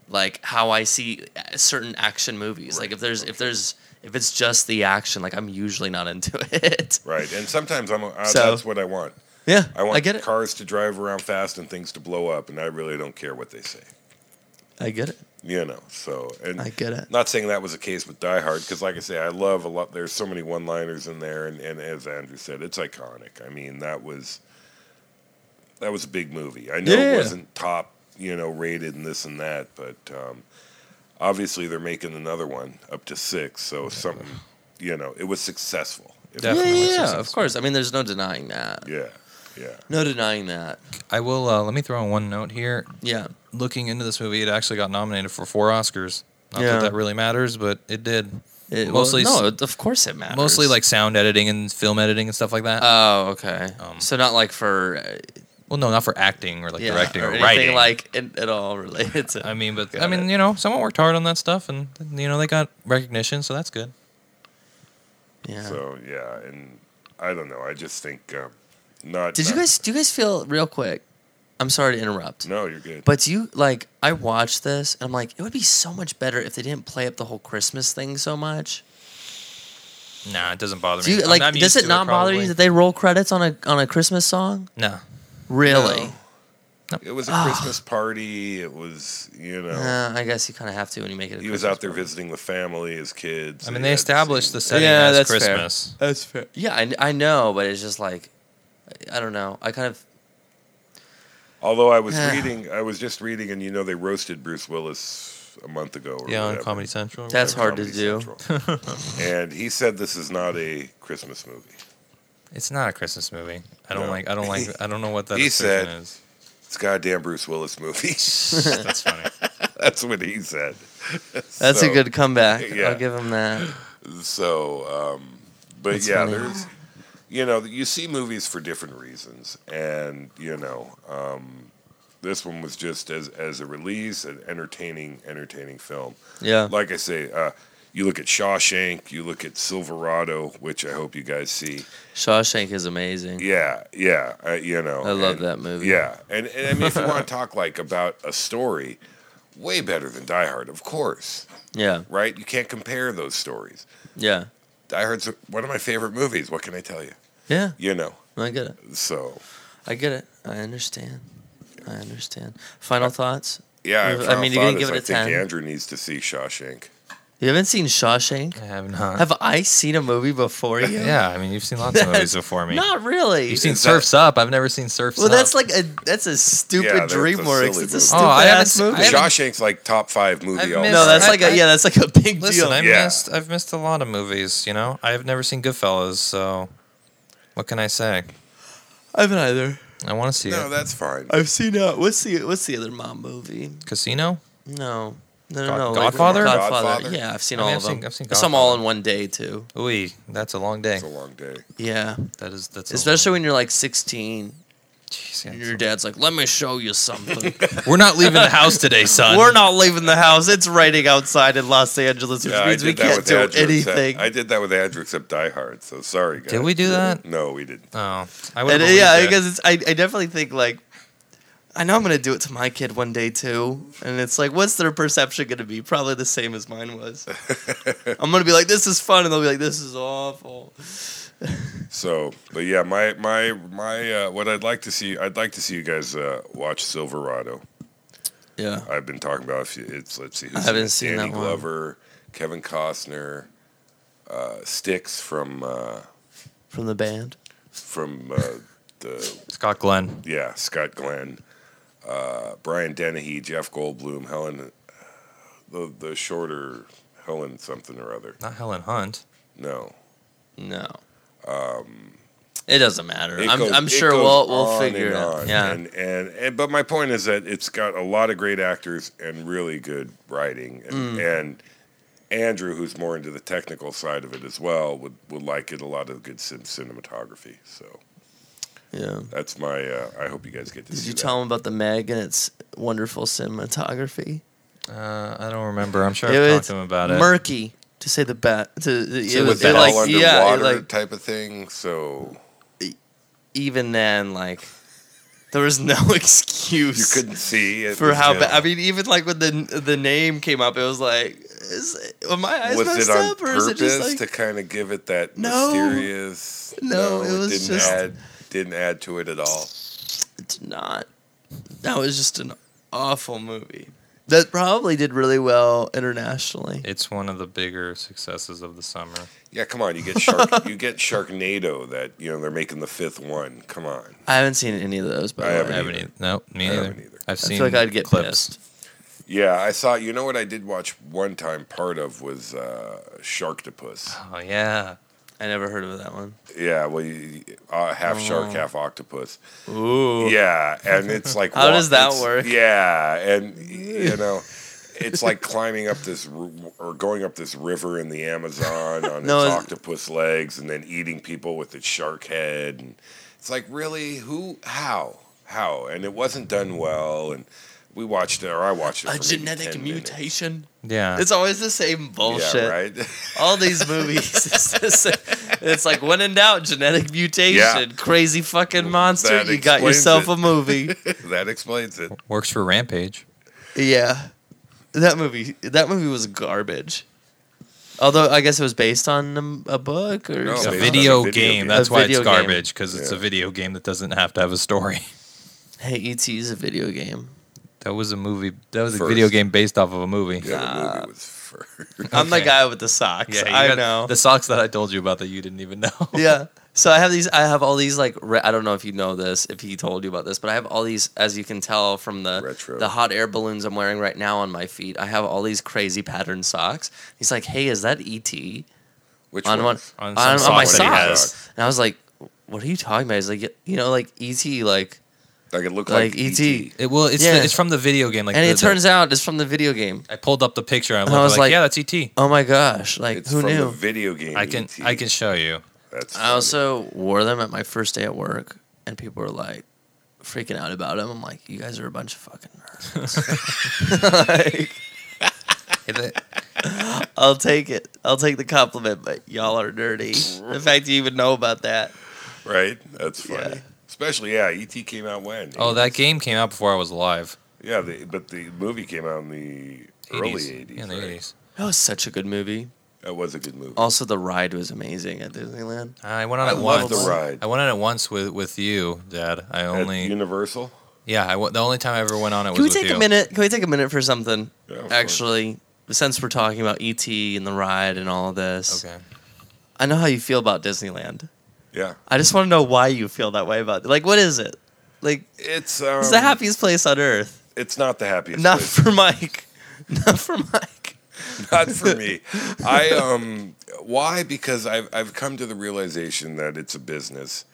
[SPEAKER 2] like how I see uh, certain action movies. Like if there's if there's if it's just the action, like I'm usually not into it.
[SPEAKER 3] Right, and sometimes I'm uh,
[SPEAKER 2] So-
[SPEAKER 3] that's what I want.
[SPEAKER 2] Yeah,
[SPEAKER 3] I want
[SPEAKER 2] I get it.
[SPEAKER 3] cars to drive around fast and things to blow up, and I really don't care what they say.
[SPEAKER 2] I get it.
[SPEAKER 3] You know, so and
[SPEAKER 2] I get it.
[SPEAKER 3] Not saying that was the case with Die Hard, because like I say, I love a lot. There's so many one-liners in there, and, and as Andrew said, it's iconic. I mean, that was that was a big movie. I know
[SPEAKER 2] Yeah.
[SPEAKER 3] it wasn't top, you know, rated and this and that, but um, obviously they're making another one up to six, so something, you know, it was successful. It was-
[SPEAKER 2] Yeah,
[SPEAKER 1] Definitely
[SPEAKER 2] yeah, yeah,
[SPEAKER 1] successful.
[SPEAKER 2] of course. I mean, there's no denying that.
[SPEAKER 3] yeah, yeah.
[SPEAKER 2] No denying that.
[SPEAKER 1] I will uh, let me throw in one note here.
[SPEAKER 2] Yeah.
[SPEAKER 1] Looking into this movie, it actually got nominated for four Oscars. Not
[SPEAKER 2] Yeah.
[SPEAKER 1] that that really matters, but it did.
[SPEAKER 2] It,
[SPEAKER 1] Mostly
[SPEAKER 2] mostly,
[SPEAKER 1] s-
[SPEAKER 2] no. Of course, it matters.
[SPEAKER 1] Mostly like sound editing and film editing and stuff like that.
[SPEAKER 2] Oh, okay.
[SPEAKER 1] Um,
[SPEAKER 2] so not like for uh,
[SPEAKER 1] well, no, not for acting or like
[SPEAKER 2] yeah,
[SPEAKER 1] directing or,
[SPEAKER 2] or anything
[SPEAKER 1] writing.
[SPEAKER 2] like it, at all related to.
[SPEAKER 1] I mean, but
[SPEAKER 2] Got
[SPEAKER 1] I mean,
[SPEAKER 2] it.
[SPEAKER 1] you know, someone worked hard on that stuff, and you know, they got recognition, so that's good.
[SPEAKER 2] yeah.
[SPEAKER 3] So yeah, and I don't know. I just think um, not.
[SPEAKER 2] Did you
[SPEAKER 3] not-
[SPEAKER 2] guys do you guys feel real quick? I'm sorry to interrupt.
[SPEAKER 3] No, you're good.
[SPEAKER 2] But do you like I watched this and I'm like, it would be so much better if they didn't play up the whole Christmas thing so much.
[SPEAKER 1] Nah, it doesn't bother
[SPEAKER 2] Do
[SPEAKER 1] me.
[SPEAKER 2] you
[SPEAKER 1] I'm-
[SPEAKER 2] like
[SPEAKER 1] I'm used
[SPEAKER 2] does
[SPEAKER 1] to
[SPEAKER 2] it not bother
[SPEAKER 1] probably.
[SPEAKER 2] you that they roll credits on a on a Christmas song?
[SPEAKER 1] No,
[SPEAKER 2] Really?
[SPEAKER 3] No. It was a
[SPEAKER 2] Ah.
[SPEAKER 3] Christmas party. It was, you know,
[SPEAKER 2] Uh, I guess you kind of have to when you make it. A
[SPEAKER 3] he was
[SPEAKER 2] Christmas
[SPEAKER 3] out there visiting the family, his kids.
[SPEAKER 1] I mean,
[SPEAKER 3] He
[SPEAKER 1] they
[SPEAKER 3] had
[SPEAKER 1] established
[SPEAKER 3] seen-
[SPEAKER 1] the setting
[SPEAKER 2] Yeah,
[SPEAKER 1] as
[SPEAKER 2] that's fair.
[SPEAKER 1] Christmas.
[SPEAKER 2] That's fair. Yeah, I, I know, but it's just like, I don't know. I kind of
[SPEAKER 3] Although I was
[SPEAKER 2] Yeah.
[SPEAKER 3] reading, I was just reading, and you know, they roasted Bruce Willis a month ago. Or
[SPEAKER 1] Yeah, on
[SPEAKER 3] whatever,
[SPEAKER 1] Comedy Central. or
[SPEAKER 2] That's
[SPEAKER 1] whatever.
[SPEAKER 2] hard to do.
[SPEAKER 3] Central. and he said this is not a Christmas movie.
[SPEAKER 1] It's not a Christmas movie. I don't
[SPEAKER 3] No.
[SPEAKER 1] like. I don't like. I don't know what that
[SPEAKER 3] He
[SPEAKER 1] assertion
[SPEAKER 3] said-
[SPEAKER 1] is.
[SPEAKER 3] It's a goddamn Bruce Willis movie.
[SPEAKER 1] That's funny.
[SPEAKER 3] That's what he said.
[SPEAKER 2] that's
[SPEAKER 3] So-
[SPEAKER 2] a good comeback.
[SPEAKER 3] Yeah.
[SPEAKER 2] I'll give him that.
[SPEAKER 3] So, um, but
[SPEAKER 2] That's
[SPEAKER 3] yeah,
[SPEAKER 2] funny.
[SPEAKER 3] there's, you know, you see movies for different reasons, and you know, um, this one was just as as a release, an entertaining, entertaining film.
[SPEAKER 2] Yeah.
[SPEAKER 3] Like I say, uh, you look at Shawshank, you look at Silverado, which I hope you guys see.
[SPEAKER 2] Shawshank is amazing.
[SPEAKER 3] Yeah, yeah, uh, you know,
[SPEAKER 2] I love
[SPEAKER 3] and-
[SPEAKER 2] that movie.
[SPEAKER 3] Yeah, and and I mean, if you want to talk like about a story, way better than Die Hard, of course,
[SPEAKER 2] Yeah.
[SPEAKER 3] right? You can't compare those stories.
[SPEAKER 2] Yeah.
[SPEAKER 3] Die Hard's one of my favorite movies. What can I tell you?
[SPEAKER 2] Yeah.
[SPEAKER 3] You know,
[SPEAKER 2] I get it.
[SPEAKER 3] so
[SPEAKER 2] I get it. I understand. I understand. Final thoughts?
[SPEAKER 3] yeah.
[SPEAKER 2] I
[SPEAKER 3] I, final
[SPEAKER 2] mean, you
[SPEAKER 3] thought
[SPEAKER 2] didn't
[SPEAKER 3] is
[SPEAKER 2] give it
[SPEAKER 3] I
[SPEAKER 2] a
[SPEAKER 3] think
[SPEAKER 2] 10.
[SPEAKER 3] Andrew needs to see Shawshank.
[SPEAKER 2] You haven't seen Shawshank?
[SPEAKER 1] I have not.
[SPEAKER 2] Have I seen a movie before you?
[SPEAKER 1] yeah, I mean, you've seen lots of movies before me.
[SPEAKER 2] Not really.
[SPEAKER 1] You've seen
[SPEAKER 3] Is that-
[SPEAKER 1] Surfs Up. I've never seen Surfs
[SPEAKER 2] well,
[SPEAKER 1] Up.
[SPEAKER 2] that's like a that's a stupid
[SPEAKER 3] Yeah, that's a
[SPEAKER 2] DreamWorks.
[SPEAKER 3] silly
[SPEAKER 2] it's
[SPEAKER 3] movie.
[SPEAKER 2] a stupid
[SPEAKER 1] Oh, I haven't
[SPEAKER 2] ass
[SPEAKER 1] seen- I
[SPEAKER 2] movie.
[SPEAKER 1] haven't-
[SPEAKER 3] Shawshank's like top five
[SPEAKER 1] I've
[SPEAKER 3] movie. all
[SPEAKER 1] missed-
[SPEAKER 2] No, that's
[SPEAKER 1] I-
[SPEAKER 2] like a
[SPEAKER 1] I-
[SPEAKER 2] yeah, that's like a big
[SPEAKER 1] Listen,
[SPEAKER 2] deal.
[SPEAKER 1] I
[SPEAKER 3] Yeah.
[SPEAKER 1] missed. I've missed a lot of movies. You know, I've never seen Goodfellas, so what can I say?
[SPEAKER 2] I haven't either.
[SPEAKER 1] I want to see
[SPEAKER 3] no,
[SPEAKER 1] it.
[SPEAKER 3] that's fine.
[SPEAKER 2] I've seen uh, what's the what's the other mom movie?
[SPEAKER 1] Casino.
[SPEAKER 2] No, no,
[SPEAKER 1] God-
[SPEAKER 2] no, no.
[SPEAKER 1] Godfather?
[SPEAKER 2] Godfather.
[SPEAKER 3] Godfather?
[SPEAKER 2] Yeah, I've seen
[SPEAKER 1] I mean,
[SPEAKER 2] all
[SPEAKER 1] I've
[SPEAKER 2] of them.
[SPEAKER 1] seen- I've seen
[SPEAKER 2] I saw them all
[SPEAKER 1] Godfather.
[SPEAKER 2] in one day too.
[SPEAKER 1] Ooh, that's a long day.
[SPEAKER 3] It's a long day.
[SPEAKER 2] Yeah,
[SPEAKER 1] That is that's a long-
[SPEAKER 2] especially when you're like 16
[SPEAKER 1] Jeez, yeah,
[SPEAKER 2] Your dad's like, let me show you something.
[SPEAKER 1] so- We're not leaving the house today, son.
[SPEAKER 2] We're not leaving the house. It's raining outside in Los Angeles, which means we can't do
[SPEAKER 3] Andrew except-
[SPEAKER 2] anything.
[SPEAKER 3] I did that with Andrew except Die Hard. So sorry, guys.
[SPEAKER 1] Did we do that?
[SPEAKER 3] No, we didn't.
[SPEAKER 1] Oh, I would.
[SPEAKER 2] and, uh,
[SPEAKER 1] Yeah,
[SPEAKER 2] yeah,
[SPEAKER 1] I guess.
[SPEAKER 2] because it's, I, I definitely think like I know I'm gonna do it to my kid one day too, and it's like, what's their perception gonna be? Probably the same as mine was. I'm gonna be like, this is fun, and they'll be like, this is awful.
[SPEAKER 3] So, but yeah, my my my uh, what I'd like to see, I'd like to see you guys uh, watch Silverado.
[SPEAKER 2] Yeah,
[SPEAKER 3] I've been talking about. a few- It's let's see. Who's
[SPEAKER 2] haven't
[SPEAKER 3] in it?
[SPEAKER 2] seen
[SPEAKER 3] Danny
[SPEAKER 2] that one.
[SPEAKER 3] Glover, Kevin Costner, uh, Sticks from uh,
[SPEAKER 2] from the band.
[SPEAKER 3] from uh, the
[SPEAKER 1] Scott Glenn.
[SPEAKER 3] yeah Scott Glenn, uh, Brian Dennehy, Jeff Goldblum, Helen, the the shorter Helen something or other.
[SPEAKER 1] Not Helen Hunt.
[SPEAKER 3] No,
[SPEAKER 2] No, um, it doesn't matter.
[SPEAKER 3] Um, It
[SPEAKER 2] I'm,
[SPEAKER 3] goes-
[SPEAKER 2] I'm
[SPEAKER 3] it
[SPEAKER 2] sure
[SPEAKER 3] goes
[SPEAKER 2] we'll we'll
[SPEAKER 3] on
[SPEAKER 2] figure
[SPEAKER 3] and
[SPEAKER 2] it out.
[SPEAKER 3] on.
[SPEAKER 2] Yeah,
[SPEAKER 3] and, and and but my point is that it's got a lot of great actors and really good writing, and,
[SPEAKER 2] Mm.
[SPEAKER 3] and Andrew, who's more into the technical side of it as well, would would like it a lot of good cin- cinematography. So
[SPEAKER 2] yeah.
[SPEAKER 3] that's my. Uh, I hope you guys get to
[SPEAKER 2] Did
[SPEAKER 3] see
[SPEAKER 2] you
[SPEAKER 3] that.
[SPEAKER 2] tell him about the Meg and its wonderful cinematography?
[SPEAKER 1] Uh, I don't remember. I'm sure
[SPEAKER 2] It
[SPEAKER 1] I've talked
[SPEAKER 2] was
[SPEAKER 1] to him about it.
[SPEAKER 2] Murky to say the bat. To, it
[SPEAKER 3] was
[SPEAKER 2] was
[SPEAKER 3] that
[SPEAKER 2] like
[SPEAKER 3] all underwater
[SPEAKER 2] yeah, it, like
[SPEAKER 3] type of thing? So
[SPEAKER 2] even then, like there was no
[SPEAKER 3] you
[SPEAKER 2] excuse
[SPEAKER 3] couldn't see it
[SPEAKER 2] for
[SPEAKER 3] was
[SPEAKER 2] how
[SPEAKER 3] him.
[SPEAKER 2] bad. I mean, even like when the the name came up, it was like, is, are my eyes
[SPEAKER 3] was
[SPEAKER 2] messed
[SPEAKER 3] it on
[SPEAKER 2] up, or
[SPEAKER 3] purpose
[SPEAKER 2] is it just like
[SPEAKER 3] to kind of give it that
[SPEAKER 2] No.
[SPEAKER 3] mysterious?
[SPEAKER 2] No, it was
[SPEAKER 3] didn't
[SPEAKER 2] just-
[SPEAKER 3] add didn't add to it at all.
[SPEAKER 2] it's not? That was just an awful movie that probably did really well internationally.
[SPEAKER 1] It's one of the bigger successes of the summer.
[SPEAKER 3] Yeah, come on, you get shark, you get Sharknado that you know they're making the fifth one. Come on,
[SPEAKER 2] I haven't seen any of those,
[SPEAKER 3] I
[SPEAKER 2] by the
[SPEAKER 1] I
[SPEAKER 3] haven't
[SPEAKER 2] way.
[SPEAKER 1] haven't either. No, me
[SPEAKER 3] I
[SPEAKER 1] neither.
[SPEAKER 3] haven't either.
[SPEAKER 1] I've
[SPEAKER 2] I
[SPEAKER 1] seen.
[SPEAKER 2] feel like I'd get
[SPEAKER 1] clips.
[SPEAKER 2] pissed.
[SPEAKER 3] yeah, I saw. You know what I did watch one time? Part of was uh, Sharktopus.
[SPEAKER 1] Oh yeah.
[SPEAKER 2] I never heard of that one.
[SPEAKER 3] Yeah, well, you, uh, half shark, half octopus.
[SPEAKER 2] Ooh.
[SPEAKER 3] Yeah, and it's like
[SPEAKER 2] How does that
[SPEAKER 3] it's-
[SPEAKER 2] work?
[SPEAKER 3] Yeah, and you know, it's like climbing up this r- or going up this river in the Amazon on
[SPEAKER 2] No,
[SPEAKER 3] its
[SPEAKER 2] it's-
[SPEAKER 3] octopus legs, and then eating people with its shark head. And it's like really, who, how, how? And it wasn't done well. And we watched it, or I watched it.
[SPEAKER 2] A
[SPEAKER 3] for maybe 10
[SPEAKER 2] genetic
[SPEAKER 3] minutes.
[SPEAKER 2] mutation.
[SPEAKER 1] Yeah.
[SPEAKER 2] It's always the same bullshit.
[SPEAKER 3] Yeah, right.
[SPEAKER 2] All these movies, it's, the same- it's like when in doubt, genetic mutation,
[SPEAKER 3] Yeah.
[SPEAKER 2] crazy fucking monster.
[SPEAKER 3] That
[SPEAKER 2] You got
[SPEAKER 3] explains
[SPEAKER 2] yourself
[SPEAKER 3] it.
[SPEAKER 2] a movie.
[SPEAKER 3] that explains it.
[SPEAKER 1] Works for Rampage.
[SPEAKER 2] yeah, that movie. That movie was garbage. Although I guess it was based on Oh, a, a book or
[SPEAKER 3] No,
[SPEAKER 1] It's a
[SPEAKER 3] based
[SPEAKER 2] something.
[SPEAKER 3] on a
[SPEAKER 1] video,
[SPEAKER 3] video
[SPEAKER 1] game.
[SPEAKER 3] game.
[SPEAKER 1] That's
[SPEAKER 2] A
[SPEAKER 1] why
[SPEAKER 2] video
[SPEAKER 1] it's
[SPEAKER 2] game.
[SPEAKER 1] garbage because it's a
[SPEAKER 3] Yeah.
[SPEAKER 1] video game that doesn't have to have a story.
[SPEAKER 2] Hey, ET is a video game.
[SPEAKER 1] That was a movie. That was a
[SPEAKER 3] First.
[SPEAKER 1] video game based off of a movie.
[SPEAKER 3] Yeah, the
[SPEAKER 2] Nah.
[SPEAKER 3] movie was first.
[SPEAKER 2] I'm the
[SPEAKER 1] Okay.
[SPEAKER 2] guy with the socks.
[SPEAKER 1] Yeah, you
[SPEAKER 2] I
[SPEAKER 1] got
[SPEAKER 2] know.
[SPEAKER 1] the socks that I told you about that you didn't even know.
[SPEAKER 2] yeah. So I have these. I have all these like. Re- I don't know if you know this, if he told you about this, but I have all these. As you can tell from the
[SPEAKER 3] Retro.
[SPEAKER 2] the hot air balloons I'm wearing right now on my feet, I have all these crazy patterned socks. He's like, "Hey, is that ET
[SPEAKER 3] Which
[SPEAKER 2] on one
[SPEAKER 3] ones?
[SPEAKER 1] On
[SPEAKER 2] on,
[SPEAKER 1] some
[SPEAKER 2] on, my
[SPEAKER 1] sock that he
[SPEAKER 3] has.
[SPEAKER 2] socks?" And I was like, "What are you talking about?" He's like, "You know, like ET, like."
[SPEAKER 3] Like it looked
[SPEAKER 2] Like E
[SPEAKER 3] like, E
[SPEAKER 2] ET.
[SPEAKER 1] It well, it's
[SPEAKER 2] Yeah.
[SPEAKER 1] the, it's from the video game. Like,
[SPEAKER 2] and
[SPEAKER 1] the-
[SPEAKER 2] it
[SPEAKER 1] the-
[SPEAKER 2] turns out it's from the video game.
[SPEAKER 1] I pulled up the picture. And I,
[SPEAKER 2] And I
[SPEAKER 1] looked,
[SPEAKER 2] was
[SPEAKER 1] like,
[SPEAKER 2] like-
[SPEAKER 1] yeah, that's ET.
[SPEAKER 2] Oh my gosh! Like
[SPEAKER 3] It's
[SPEAKER 2] who
[SPEAKER 3] from the
[SPEAKER 2] knew?
[SPEAKER 3] video game.
[SPEAKER 1] I
[SPEAKER 2] E
[SPEAKER 1] can
[SPEAKER 3] ET.
[SPEAKER 1] I can show you.
[SPEAKER 3] That's
[SPEAKER 2] I
[SPEAKER 3] funny.
[SPEAKER 2] also wore them at my first day at work, and people were like freaking out about them. I'm like, you guys are a bunch of fucking nerds. Like,
[SPEAKER 1] It- it-
[SPEAKER 2] I'll take it. I'll take the compliment, but y'all are nerdy. The fact you even know about that.
[SPEAKER 3] Right? That's funny.
[SPEAKER 2] Yeah.
[SPEAKER 3] Especially, yeah, E.T. came out when?
[SPEAKER 1] oh, that game came out before I was alive.
[SPEAKER 3] Yeah, the, but the movie came out in the
[SPEAKER 1] 80s.
[SPEAKER 3] early 80s.
[SPEAKER 1] Yeah, in the
[SPEAKER 3] right?
[SPEAKER 1] 80s.
[SPEAKER 2] That was such a good movie.
[SPEAKER 3] That was a good movie.
[SPEAKER 1] Oh,
[SPEAKER 2] Also, the ride was amazing at Disneyland.
[SPEAKER 1] I went on
[SPEAKER 3] I
[SPEAKER 1] it
[SPEAKER 3] love
[SPEAKER 1] once.
[SPEAKER 3] the ride.
[SPEAKER 1] I went on it once with with you, Dad. I
[SPEAKER 3] At
[SPEAKER 1] only
[SPEAKER 3] Universal?
[SPEAKER 1] yeah. I went- the only time I ever went on it was
[SPEAKER 2] Can we
[SPEAKER 1] with
[SPEAKER 2] take
[SPEAKER 1] you.
[SPEAKER 2] a minute? Can we take a minute for something?
[SPEAKER 3] Yeah, of course.
[SPEAKER 2] Actually, since we're talking about ET and the ride and all this,
[SPEAKER 1] Okay.
[SPEAKER 2] I know how you feel about Disneyland.
[SPEAKER 3] Yeah.
[SPEAKER 2] I just want to know why you feel that way about it. Like, what is it? Like,
[SPEAKER 3] It's, um,
[SPEAKER 2] It's the happiest place on earth.
[SPEAKER 3] It's not the happiest.
[SPEAKER 2] Not
[SPEAKER 3] place.
[SPEAKER 2] for Mike. Not for Mike.
[SPEAKER 3] not for me. I um why? Because I've I've come to the realization that it's a business,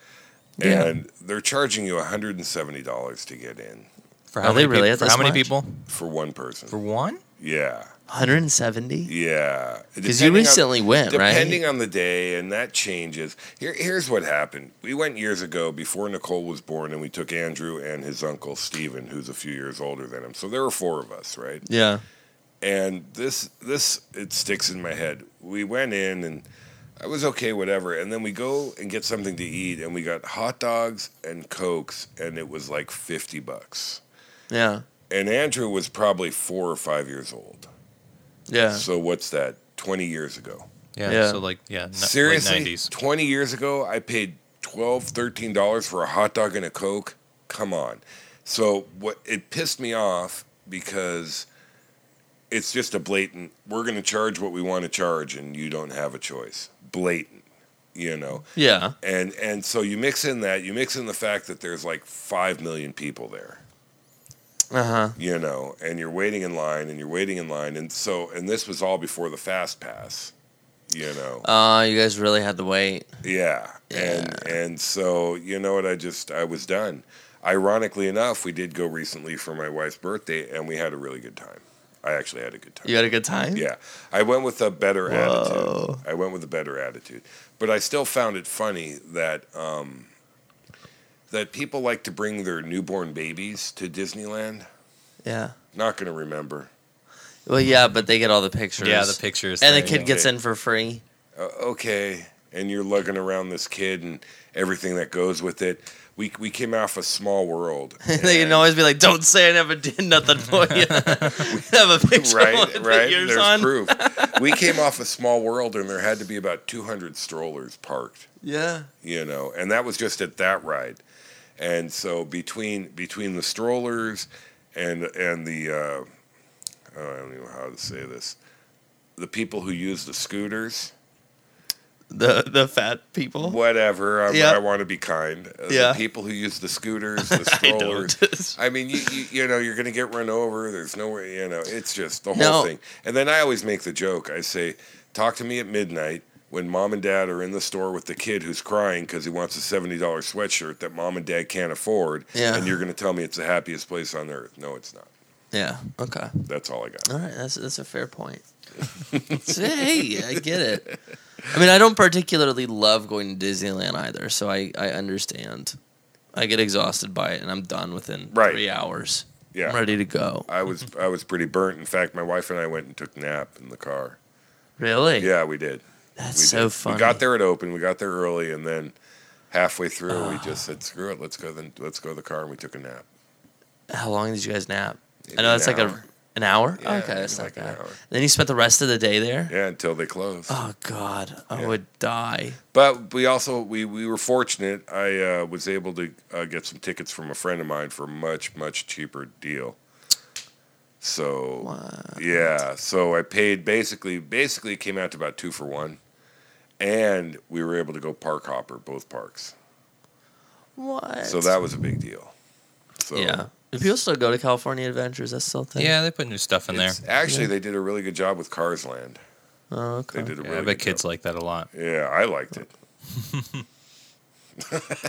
[SPEAKER 2] Yeah.
[SPEAKER 3] and they're charging you one hundred and seventy dollars to get in.
[SPEAKER 1] For
[SPEAKER 2] Are they
[SPEAKER 1] many peop-
[SPEAKER 2] really at
[SPEAKER 1] For
[SPEAKER 2] this
[SPEAKER 1] how many
[SPEAKER 2] much?
[SPEAKER 1] people?
[SPEAKER 3] for one person.
[SPEAKER 1] For one?
[SPEAKER 3] yeah,
[SPEAKER 2] 170?
[SPEAKER 3] yeah.
[SPEAKER 2] Because you
[SPEAKER 3] Depending on-
[SPEAKER 2] recently went, right?
[SPEAKER 3] Depending on the day, and that changes. Here, here's what happened. We went years ago before Nicole was born, and we took Andrew and his uncle Stephen, who's a few years older than him. So there were four of us, right?
[SPEAKER 2] yeah.
[SPEAKER 3] And this, this, it sticks in my head. We went in, and I was okay, whatever. And then we go and get something to eat, and we got hot dogs and cokes, and it was like fifty bucks.
[SPEAKER 2] Yeah.
[SPEAKER 3] And Andrew was probably four or five years old.
[SPEAKER 2] Yeah.
[SPEAKER 3] So what's that? Twenty years ago.
[SPEAKER 1] Yeah.
[SPEAKER 2] Yeah.
[SPEAKER 1] So like yeah, no, late
[SPEAKER 3] Seriously,
[SPEAKER 1] 90s.
[SPEAKER 3] 20 years ago, I paid 12 $13 for a hot dog and a Coke. Come on. So what it pissed me off because it's just a blatant, we're going to charge what we want to charge and you don't have a choice. Blatant, you know.
[SPEAKER 2] Yeah.
[SPEAKER 3] And and so you mix in that, you mix in the fact that there's like 5 million people there
[SPEAKER 2] Uh huh.
[SPEAKER 3] you know, and you're waiting in line and you're waiting in line. And so, and this was all before the fast pass, you know.
[SPEAKER 2] Uh, you guys really had to wait.
[SPEAKER 3] yeah. And, and so, you know what? I just, I was done. Ironically enough, we did go recently for my wife's birthday and we had a really good time. I actually had a good time.
[SPEAKER 2] You had a good time?
[SPEAKER 3] Yeah. I went with a better
[SPEAKER 2] Whoa.
[SPEAKER 3] attitude. I went with a better attitude. But I still found it funny that um, that people like to bring their newborn babies to Disneyland.
[SPEAKER 2] Yeah.
[SPEAKER 3] Not going to remember.
[SPEAKER 2] Well, yeah, but they get all the pictures.
[SPEAKER 1] Yeah, the pictures.
[SPEAKER 2] And the
[SPEAKER 1] thing.
[SPEAKER 2] kid gets in for free.
[SPEAKER 3] uh, okay and you're lugging around this kid and everything that goes with it we, we came off a small world
[SPEAKER 2] they can
[SPEAKER 3] and-
[SPEAKER 2] always be like, "Don't say I never did nothing for you." we have a picture
[SPEAKER 3] right
[SPEAKER 2] with
[SPEAKER 3] right
[SPEAKER 2] the years
[SPEAKER 3] there's
[SPEAKER 2] on.
[SPEAKER 3] proof we came off a small world and there had to be about 200 strollers parked
[SPEAKER 2] Yeah.
[SPEAKER 3] you know and that was just at that ride and so between between the strollers and and the uh, i don't even know how to say this the people who use the scooters
[SPEAKER 2] The the fat people.
[SPEAKER 3] whatever. I'm,
[SPEAKER 2] Yeah.
[SPEAKER 3] I want to be kind. Uh,
[SPEAKER 2] Yeah.
[SPEAKER 3] The people who use the scooters, the
[SPEAKER 2] I don't.
[SPEAKER 3] strollers. I, mean, you, you you know, you're gonna get run over. There's no way. You know, it's just the whole
[SPEAKER 2] No.
[SPEAKER 3] thing. And then I always make the joke. I say, talk to me at midnight. When mom and dad are in the store with the kid who's crying because he wants a $70 sweatshirt that mom and dad can't afford,
[SPEAKER 2] Yeah.
[SPEAKER 3] and you're going to tell me it's the happiest place on earth. No, it's not.
[SPEAKER 2] yeah. Okay.
[SPEAKER 3] That's all I got.
[SPEAKER 2] All right. That's that's a fair point. So, hey, I get it. I mean, I don't particularly love going to Disneyland either, so I I understand. I get exhausted by it, and I'm done within
[SPEAKER 3] Right.
[SPEAKER 2] three hours.
[SPEAKER 3] Yeah.
[SPEAKER 2] I'm ready to go.
[SPEAKER 3] I was I was pretty burnt. In fact, my wife and I went and took a nap in the car.
[SPEAKER 2] Really?
[SPEAKER 3] Yeah, we did.
[SPEAKER 2] That's
[SPEAKER 3] We
[SPEAKER 2] so
[SPEAKER 3] did.
[SPEAKER 2] funny.
[SPEAKER 3] We got there at open. We got there early, and then halfway through, we just said, "Screw it, let's go." Then let's go to the car, and we took a nap.
[SPEAKER 2] How long did you guys nap?
[SPEAKER 3] Maybe
[SPEAKER 2] I know
[SPEAKER 3] an
[SPEAKER 2] that's like a
[SPEAKER 3] hour.
[SPEAKER 2] an hour.
[SPEAKER 3] Yeah,
[SPEAKER 2] okay,
[SPEAKER 3] maybe
[SPEAKER 2] that's not
[SPEAKER 3] like an
[SPEAKER 2] bad.
[SPEAKER 3] hour.
[SPEAKER 2] Then you spent the rest of the day there.
[SPEAKER 3] Yeah, until they closed.
[SPEAKER 2] Oh God, I
[SPEAKER 3] Yeah.
[SPEAKER 2] would die.
[SPEAKER 3] But we also we we were fortunate. I uh, was able to uh, get some tickets from a friend of mine for a much much cheaper deal. So
[SPEAKER 2] What?
[SPEAKER 3] yeah, so I paid basically basically it came out to about two for one, and we were able to go park hopper both parks.
[SPEAKER 2] What?
[SPEAKER 3] So that was a big deal. So
[SPEAKER 2] yeah. Do people still go to California Adventures? That's still a thing.
[SPEAKER 1] Yeah, they put new stuff in there.
[SPEAKER 3] It's- Actually, they did a really good job with Cars Land.
[SPEAKER 2] Oh,
[SPEAKER 3] They
[SPEAKER 2] okay.
[SPEAKER 3] did a
[SPEAKER 1] Yeah,
[SPEAKER 3] really
[SPEAKER 1] I bet
[SPEAKER 3] good
[SPEAKER 1] kids
[SPEAKER 3] job.
[SPEAKER 1] like that a lot.
[SPEAKER 3] Yeah, I liked it.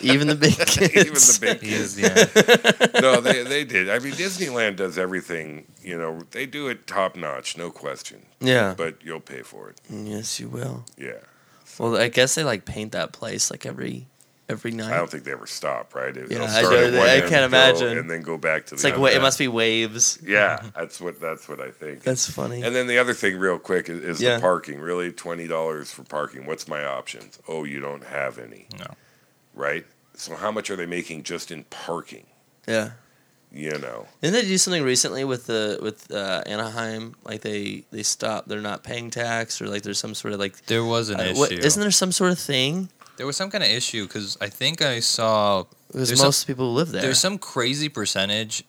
[SPEAKER 2] Even the big kids.
[SPEAKER 3] Even the big
[SPEAKER 1] He
[SPEAKER 3] kids.
[SPEAKER 1] is, yeah.
[SPEAKER 3] No, they they did. I mean, Disneyland does everything. You know, they do it top notch, no question.
[SPEAKER 2] Yeah.
[SPEAKER 3] But you'll pay for it.
[SPEAKER 2] yes, you will.
[SPEAKER 3] Yeah,
[SPEAKER 2] Well, I guess they like paint that place like every every night.
[SPEAKER 3] I don't think they ever stop, right? It-
[SPEAKER 2] Yeah,
[SPEAKER 3] they'll
[SPEAKER 2] I
[SPEAKER 3] start
[SPEAKER 2] don't-
[SPEAKER 3] at one
[SPEAKER 2] I
[SPEAKER 3] end
[SPEAKER 2] can't
[SPEAKER 3] and go-
[SPEAKER 2] imagine.
[SPEAKER 3] And then go back to the.
[SPEAKER 2] it's like
[SPEAKER 3] other
[SPEAKER 2] wa- it
[SPEAKER 3] end.
[SPEAKER 2] must be waves.
[SPEAKER 3] Yeah, that's what that's what I think.
[SPEAKER 2] That's funny.
[SPEAKER 3] and then the other thing, real quick, is, is
[SPEAKER 2] Yeah.
[SPEAKER 3] the parking. Really, twenty dollars for parking. What's my options? Oh, you don't have any,
[SPEAKER 1] No.
[SPEAKER 3] right? So how much are they making just in parking?
[SPEAKER 2] yeah.
[SPEAKER 3] You know,
[SPEAKER 2] Didn't they do something recently with the with uh, Anaheim? Like they they stop. They're not paying tax, or like there's some sort of like.
[SPEAKER 1] There was an
[SPEAKER 2] Uh,
[SPEAKER 1] issue.
[SPEAKER 2] what, isn't there some sort of thing?
[SPEAKER 1] There was some kind of issue because I think I saw
[SPEAKER 2] Because
[SPEAKER 1] There's
[SPEAKER 2] most
[SPEAKER 1] some-
[SPEAKER 2] people who live there.
[SPEAKER 1] There's some crazy percentage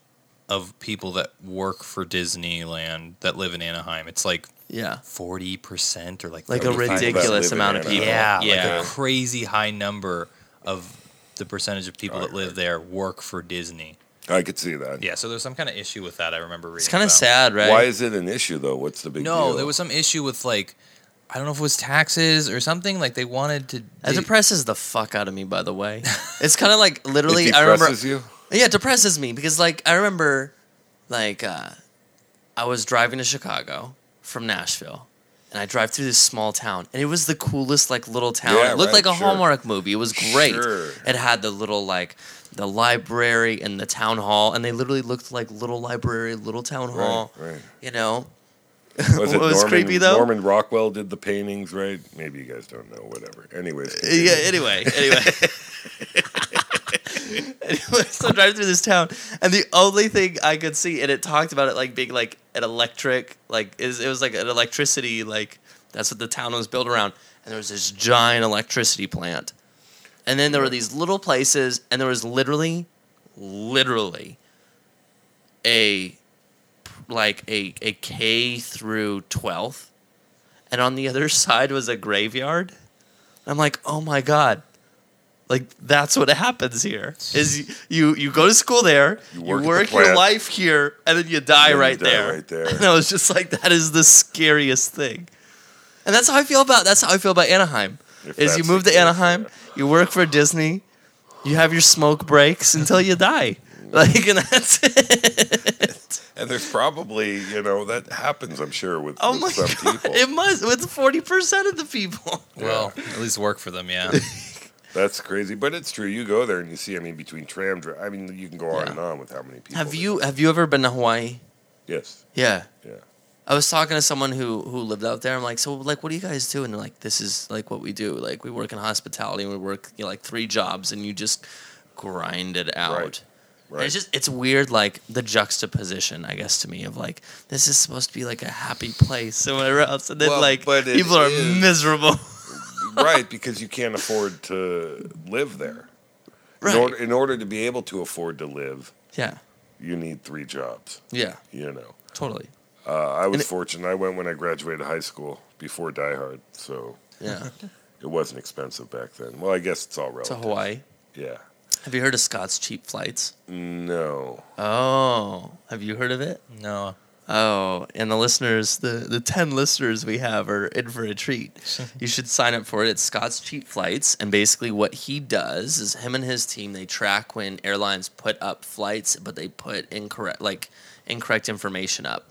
[SPEAKER 1] of people that work for Disneyland that live in Anaheim. It's like
[SPEAKER 2] yeah,
[SPEAKER 1] forty percent or like
[SPEAKER 2] like a
[SPEAKER 1] 35%.
[SPEAKER 2] ridiculous
[SPEAKER 3] live in
[SPEAKER 2] amount of
[SPEAKER 3] Anaheim.
[SPEAKER 2] people.
[SPEAKER 1] yeah,
[SPEAKER 2] yeah,
[SPEAKER 1] like a crazy high number of the percentage of people that live there work for Disney.
[SPEAKER 3] I could see that.
[SPEAKER 1] Yeah, so there's some kind of issue with that. I remember reading.
[SPEAKER 2] it's kind of
[SPEAKER 1] about.
[SPEAKER 2] sad, right?
[SPEAKER 3] Why is it an issue though? What's the big deal?
[SPEAKER 1] No, there was some issue with like I don't know if it was taxes or something. Like they wanted to.
[SPEAKER 2] That
[SPEAKER 1] they-
[SPEAKER 2] depresses the fuck out of me. By the way, it's kind of like
[SPEAKER 3] It
[SPEAKER 2] literally. I remember
[SPEAKER 3] depresses you.
[SPEAKER 2] Yeah, it depresses me because like I remember like uh, I was driving to Chicago from Nashville and I drive through this small town and it was the coolest like little town.
[SPEAKER 3] Yeah,
[SPEAKER 2] it looked
[SPEAKER 3] right,
[SPEAKER 2] like a
[SPEAKER 3] sure.
[SPEAKER 2] Hallmark movie. It was great.
[SPEAKER 3] Sure.
[SPEAKER 2] It had the little like the library and the town hall and they literally looked like little library, little town hall.
[SPEAKER 3] right.
[SPEAKER 2] You know?
[SPEAKER 3] Was it
[SPEAKER 2] What was
[SPEAKER 3] Norman,
[SPEAKER 2] creepy, though?
[SPEAKER 3] Norman Rockwell did the paintings, right? Maybe you guys don't know. Whatever. Anyways,
[SPEAKER 2] Uh, yeah.
[SPEAKER 3] continue.
[SPEAKER 2] Anyway, anyway. anyway, so I'm driving through this town, and the only thing I could see, and it talked about it like being like an electric, like is it was like an electricity, like that's what the town was built around, and there was this giant electricity plant, and then there were these little places, and there was literally, literally, a like a a K through twelfth, and on the other side was a graveyard. I'm like, oh my god, like that's what happens here. Is you you go to school there, you
[SPEAKER 3] work
[SPEAKER 2] work,
[SPEAKER 3] at the
[SPEAKER 2] your
[SPEAKER 3] plant.
[SPEAKER 2] life here, and then you die,
[SPEAKER 3] And you
[SPEAKER 2] right,
[SPEAKER 3] die
[SPEAKER 2] there.
[SPEAKER 3] right there.
[SPEAKER 2] And I was just like, that is the scariest thing. And that's how I feel about that's how I feel about Anaheim. is
[SPEAKER 3] If
[SPEAKER 2] you
[SPEAKER 3] that's the
[SPEAKER 2] move to
[SPEAKER 3] case,
[SPEAKER 2] Anaheim,
[SPEAKER 3] yeah.
[SPEAKER 2] you work for Disney, you have your smoke breaks until you die. Like and that's it.
[SPEAKER 3] And there's probably, you know, that happens. I'm sure with,
[SPEAKER 2] Oh
[SPEAKER 3] with
[SPEAKER 2] my
[SPEAKER 3] some
[SPEAKER 2] god.
[SPEAKER 3] people.
[SPEAKER 2] It must with forty percent of the people.
[SPEAKER 1] Well, at least work for them, yeah.
[SPEAKER 3] That's crazy, but it's true. You go there and you see. I mean, between tram, dri- I mean, you can go on
[SPEAKER 2] Yeah.
[SPEAKER 3] and on with how many people.
[SPEAKER 2] Have
[SPEAKER 3] there-
[SPEAKER 2] you have you ever been to Hawaii?
[SPEAKER 3] Yes.
[SPEAKER 2] Yeah.
[SPEAKER 3] Yeah.
[SPEAKER 2] I was talking to someone who who lived out there. I'm like, so like, what do you guys do? And they're like, this is like what we do. Like we work in hospitality and we work you know, like three jobs and you just grind it out.
[SPEAKER 3] Right.
[SPEAKER 2] And
[SPEAKER 3] Right.
[SPEAKER 2] it's just it's weird like the juxtaposition, I guess, to me of like this is supposed to be like a happy place and whatever else, and then
[SPEAKER 3] Well,
[SPEAKER 2] like
[SPEAKER 3] but it
[SPEAKER 2] people are
[SPEAKER 3] is.
[SPEAKER 2] miserable.
[SPEAKER 3] right, because you can't afford to live there.
[SPEAKER 2] right.
[SPEAKER 3] In, order, in order to be able to afford to live,
[SPEAKER 2] yeah.
[SPEAKER 3] you need three jobs.
[SPEAKER 2] Yeah.
[SPEAKER 3] You know.
[SPEAKER 2] Totally.
[SPEAKER 3] Uh, I was
[SPEAKER 2] And it-
[SPEAKER 3] fortunate. I went when I graduated high school before Die Hard, so
[SPEAKER 2] Yeah.
[SPEAKER 3] it wasn't expensive back then. Well, I guess it's all relative.
[SPEAKER 2] to Hawaii.
[SPEAKER 3] Yeah.
[SPEAKER 2] Have you heard of Scott's cheap flights?
[SPEAKER 3] No.
[SPEAKER 2] Oh, have you heard of it?
[SPEAKER 1] No.
[SPEAKER 2] Oh, and the listeners, the, the 10 listeners we have are in for a treat. you should sign up for it. It's Scott's Cheap Flights. And basically, what he does is him and his team, they track when airlines put up flights, but they put incorrect, like, incorrect information up.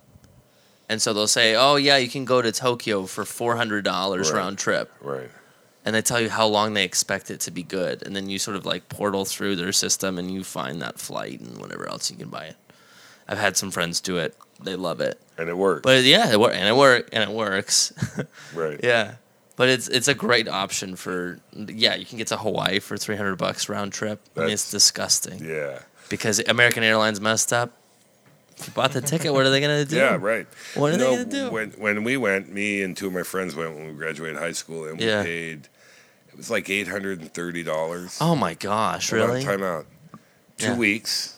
[SPEAKER 2] And so they'll say, oh, yeah, you can go to Tokyo for $400
[SPEAKER 3] Right.
[SPEAKER 2] round trip
[SPEAKER 3] Right.
[SPEAKER 2] and they tell you how long they expect it to be good and then you sort of like portal through their system and you find that flight and whatever else you can buy it i've had some friends do it they love it
[SPEAKER 3] And it worked.
[SPEAKER 2] but yeah it wor- and it work and it works
[SPEAKER 3] right.
[SPEAKER 2] yeah but it's it's a great option for yeah you can get to hawaii for 300 bucks round trip i mean it's
[SPEAKER 3] That's-
[SPEAKER 2] disgusting
[SPEAKER 3] Yeah.
[SPEAKER 2] because american airlines messed up if you bought the ticket what are they going to do
[SPEAKER 3] Yeah, right.
[SPEAKER 2] What are
[SPEAKER 3] You
[SPEAKER 2] they
[SPEAKER 3] know,
[SPEAKER 2] gonna do?
[SPEAKER 3] When when we went, me and two of my friends went when we graduated high school, and we
[SPEAKER 2] Yeah.
[SPEAKER 3] paid. It was like eight hundred and thirty dollars.
[SPEAKER 2] oh my gosh really
[SPEAKER 3] Time out. Two
[SPEAKER 2] Yeah.
[SPEAKER 3] weeks.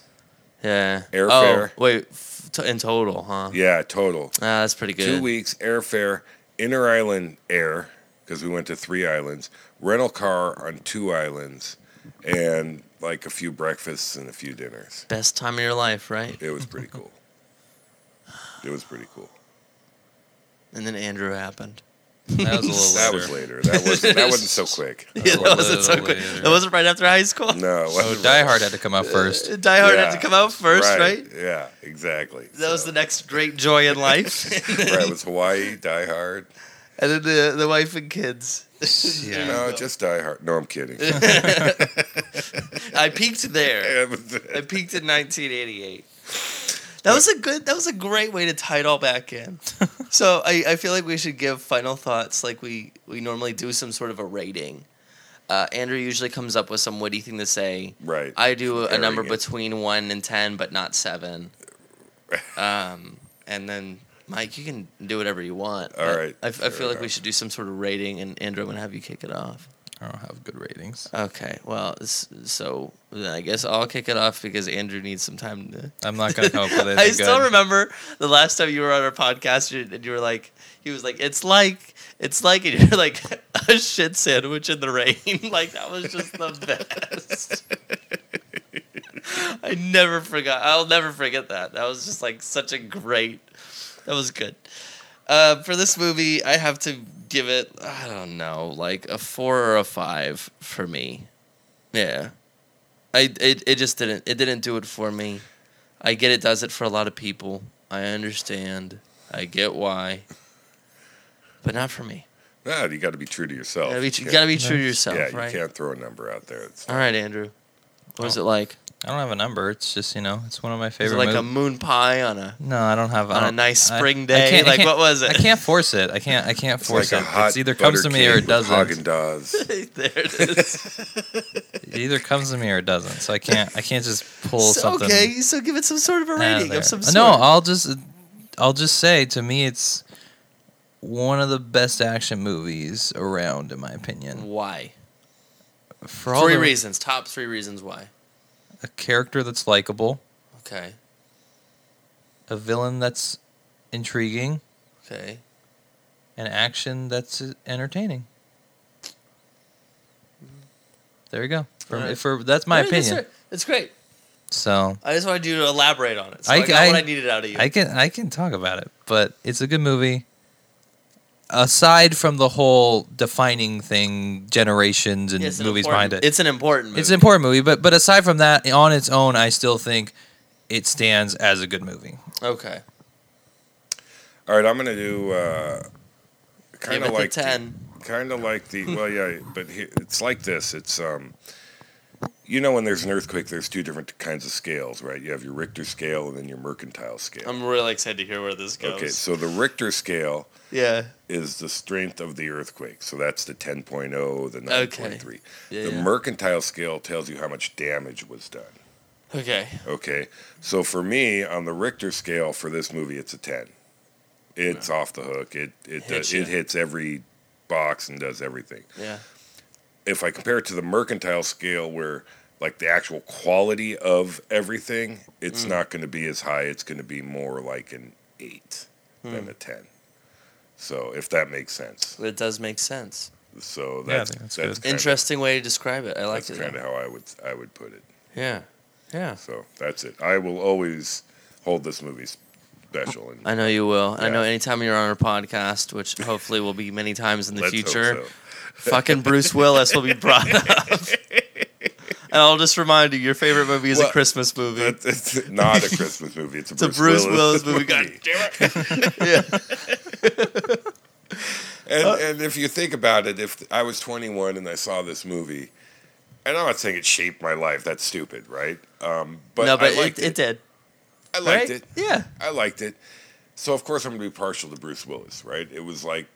[SPEAKER 2] yeah
[SPEAKER 3] Airfare.
[SPEAKER 2] oh, wait f- to- in total huh
[SPEAKER 3] Yeah, total.
[SPEAKER 2] Ah, that's pretty good
[SPEAKER 3] Two weeks airfare, inter island air because we went to three islands, rental car on two islands, and like a few breakfasts and a few dinners.
[SPEAKER 2] Best time of your life, right?
[SPEAKER 3] It was pretty cool. It was pretty cool.
[SPEAKER 2] And then Andrew happened.
[SPEAKER 1] That was a little
[SPEAKER 3] That was later. That wasn't. That wasn't so quick.
[SPEAKER 2] Yeah, that wasn't so
[SPEAKER 1] little
[SPEAKER 2] quick.
[SPEAKER 1] later.
[SPEAKER 2] That wasn't right after high school.
[SPEAKER 3] No. it
[SPEAKER 1] Oh,
[SPEAKER 3] wasn't
[SPEAKER 1] Die
[SPEAKER 3] right.
[SPEAKER 1] Hard had to come out first.
[SPEAKER 2] Uh, Die Hard had to
[SPEAKER 3] Yeah.
[SPEAKER 2] come out first, right?
[SPEAKER 3] Yeah, exactly.
[SPEAKER 2] That was
[SPEAKER 3] So,
[SPEAKER 2] the next great joy in life.
[SPEAKER 3] right. It was Hawaii, Die Hard.
[SPEAKER 2] and then the, the wife and kids.
[SPEAKER 1] Yeah.
[SPEAKER 3] No, just Die Hard. No, I'm kidding.
[SPEAKER 2] I peaked there.
[SPEAKER 3] It was-
[SPEAKER 2] I peaked in 1988. That was a good. That was a great way to tie it all back in. so I, I feel like we should give final thoughts, like we we normally do, some sort of a rating. Uh, Andrew usually comes up with some witty thing to say.
[SPEAKER 3] right.
[SPEAKER 2] I do a
[SPEAKER 3] Comparing
[SPEAKER 2] number
[SPEAKER 3] it.
[SPEAKER 2] between one and ten, but not seven. Um, and then Mike, you can do whatever you want.
[SPEAKER 3] All
[SPEAKER 2] but
[SPEAKER 3] right,
[SPEAKER 2] I, I
[SPEAKER 3] fair
[SPEAKER 2] feel like we
[SPEAKER 3] enough.
[SPEAKER 2] should do some sort of rating, and Andrew, I'm gonna have you kick it off.
[SPEAKER 1] I don't have good ratings.
[SPEAKER 2] Okay. Well, s- so then I guess I'll kick it off because Andrew needs some time to.
[SPEAKER 1] I'm not gonna come up with it.
[SPEAKER 2] I still remember the last time you were on our podcast, you- and you were like, he was like, it's like. It's like and you're like a shit sandwich in the rain. Like that was just the best. I never forgot. I'll never forget that. That was just like such a great. That was good. Uh, for this movie, I have to give it. I don't know, like a four or a five for me. Yeah, I it, it just didn't it didn't do it for me. I get it does it for a lot of people. I understand. I get why. But not for me.
[SPEAKER 3] Nah, you got to be true to yourself.
[SPEAKER 2] You gotta be,
[SPEAKER 3] You
[SPEAKER 2] you
[SPEAKER 3] can't-
[SPEAKER 2] gotta be true to yourself,
[SPEAKER 3] yeah,
[SPEAKER 2] right?
[SPEAKER 3] you can't throw a number out there. It's,
[SPEAKER 2] All right, Andrew. What was it like?
[SPEAKER 1] I don't have a number. It's just you know, it's one of my
[SPEAKER 2] Was it
[SPEAKER 1] favorite.
[SPEAKER 2] like
[SPEAKER 1] mov-
[SPEAKER 2] a moon pie on a
[SPEAKER 1] no, I don't have I
[SPEAKER 2] on a
[SPEAKER 1] don't-
[SPEAKER 2] nice
[SPEAKER 1] I-
[SPEAKER 2] spring
[SPEAKER 1] I
[SPEAKER 2] day?
[SPEAKER 1] can't- I
[SPEAKER 2] like
[SPEAKER 1] can't-
[SPEAKER 2] what was it?
[SPEAKER 1] I can't force it. I can't. I can't
[SPEAKER 3] it's
[SPEAKER 1] force
[SPEAKER 3] like a
[SPEAKER 1] it.
[SPEAKER 3] hot
[SPEAKER 1] It's either comes to
[SPEAKER 3] butter
[SPEAKER 1] me or it
[SPEAKER 3] cake with
[SPEAKER 1] doesn't.
[SPEAKER 3] Haagen-Dazs.
[SPEAKER 2] there it is.
[SPEAKER 1] It either comes to me or it doesn't. So I can't. I can't just pull
[SPEAKER 2] so,
[SPEAKER 1] something.
[SPEAKER 2] okay, so give it some sort of a
[SPEAKER 1] out of
[SPEAKER 2] rating
[SPEAKER 1] there.
[SPEAKER 2] of some
[SPEAKER 1] Uh,
[SPEAKER 2] sort.
[SPEAKER 1] No, I'll just I'll just say to me it's one of the best action movies around in my opinion.
[SPEAKER 2] why?
[SPEAKER 1] For all
[SPEAKER 2] three
[SPEAKER 1] the,
[SPEAKER 2] reasons. Top three reasons why.
[SPEAKER 1] a character that's likable,
[SPEAKER 2] Okay.
[SPEAKER 1] a villain that's intriguing,
[SPEAKER 2] Okay.
[SPEAKER 1] and action that's uh, entertaining. There you go. For,
[SPEAKER 2] Alright.
[SPEAKER 1] for that's my
[SPEAKER 2] All right, that's
[SPEAKER 1] opinion.
[SPEAKER 2] right. It's great.
[SPEAKER 1] So
[SPEAKER 2] I just wanted you to elaborate on it. So I,
[SPEAKER 1] I-
[SPEAKER 2] got
[SPEAKER 1] I-
[SPEAKER 2] what I needed out of you.
[SPEAKER 1] I can I can talk about it, but it's a good movie. Aside from the whole defining thing, generations and
[SPEAKER 2] Yeah, it's an
[SPEAKER 1] movies
[SPEAKER 2] important-
[SPEAKER 1] behind it,
[SPEAKER 2] It's an important movie.
[SPEAKER 1] It's an important movie, but but aside from that, on its own, I still think it stands as a good movie.
[SPEAKER 2] Okay.
[SPEAKER 3] All right, I'm gonna do uh,
[SPEAKER 2] Give
[SPEAKER 3] kind of
[SPEAKER 2] it
[SPEAKER 3] like
[SPEAKER 2] the 10.
[SPEAKER 3] kind of like the well, yeah, but here, it's like this. It's um, you know, when there's an earthquake, there's two different kinds of scales, right? You have your Richter scale and then your mercantile scale.
[SPEAKER 2] I'm really excited to hear where this goes.
[SPEAKER 3] okay, so the Richter scale
[SPEAKER 2] Yeah.
[SPEAKER 3] is the strength of the earthquake, so that's the 10.0, the 9.3.
[SPEAKER 2] Okay. Yeah,
[SPEAKER 3] the
[SPEAKER 2] yeah.
[SPEAKER 3] mercantile scale tells you how much damage was done.
[SPEAKER 2] okay.
[SPEAKER 3] Okay. So for me, on the Richter scale for this movie, it's a ten. It's off the hook. It it
[SPEAKER 2] Hits
[SPEAKER 3] does,
[SPEAKER 2] ya.
[SPEAKER 3] it hits every box and does everything.
[SPEAKER 2] Yeah.
[SPEAKER 3] If I compare it to the mercantile scale, where like the actual quality of everything, it's
[SPEAKER 1] Hmm.
[SPEAKER 3] not going to be as high. It's going to be more like an eight
[SPEAKER 1] Hmm.
[SPEAKER 3] than a ten. So if that makes sense.
[SPEAKER 2] It does make sense.
[SPEAKER 3] So
[SPEAKER 1] Yeah, I
[SPEAKER 3] that's
[SPEAKER 1] think that's
[SPEAKER 3] that's,
[SPEAKER 1] good.
[SPEAKER 3] kind of,
[SPEAKER 2] Interesting way to describe it. I like
[SPEAKER 3] that's
[SPEAKER 2] it.
[SPEAKER 3] kind
[SPEAKER 2] though.
[SPEAKER 3] of how I would I would put it.
[SPEAKER 2] Yeah. Yeah.
[SPEAKER 3] So that's it. I will always hold this movie special and
[SPEAKER 2] I know you will. I
[SPEAKER 3] Yeah.
[SPEAKER 2] know anytime you're on our podcast, which hopefully will be many times in the
[SPEAKER 3] Let's hope
[SPEAKER 2] future,
[SPEAKER 3] so.
[SPEAKER 2] fucking Bruce Willis will be brought up. and I'll just remind you, your favorite movie is a
[SPEAKER 3] Well,
[SPEAKER 2] Christmas movie.
[SPEAKER 3] That- It's not a Christmas movie. It's a
[SPEAKER 2] It's a
[SPEAKER 3] Bruce,
[SPEAKER 2] Bruce
[SPEAKER 3] Willis,
[SPEAKER 2] Willis movie. God
[SPEAKER 3] damn it!
[SPEAKER 2] yeah.
[SPEAKER 3] and, and if you think about it, if I was 21 and I saw this movie, and I'm not saying it shaped my life. That's stupid, right? Um, but,
[SPEAKER 2] no, but
[SPEAKER 3] I liked
[SPEAKER 2] it, it did.
[SPEAKER 3] I liked
[SPEAKER 2] right?
[SPEAKER 3] it.
[SPEAKER 2] Yeah.
[SPEAKER 3] I liked it. So of course I'm going to be partial to Bruce Willis, right? It was like,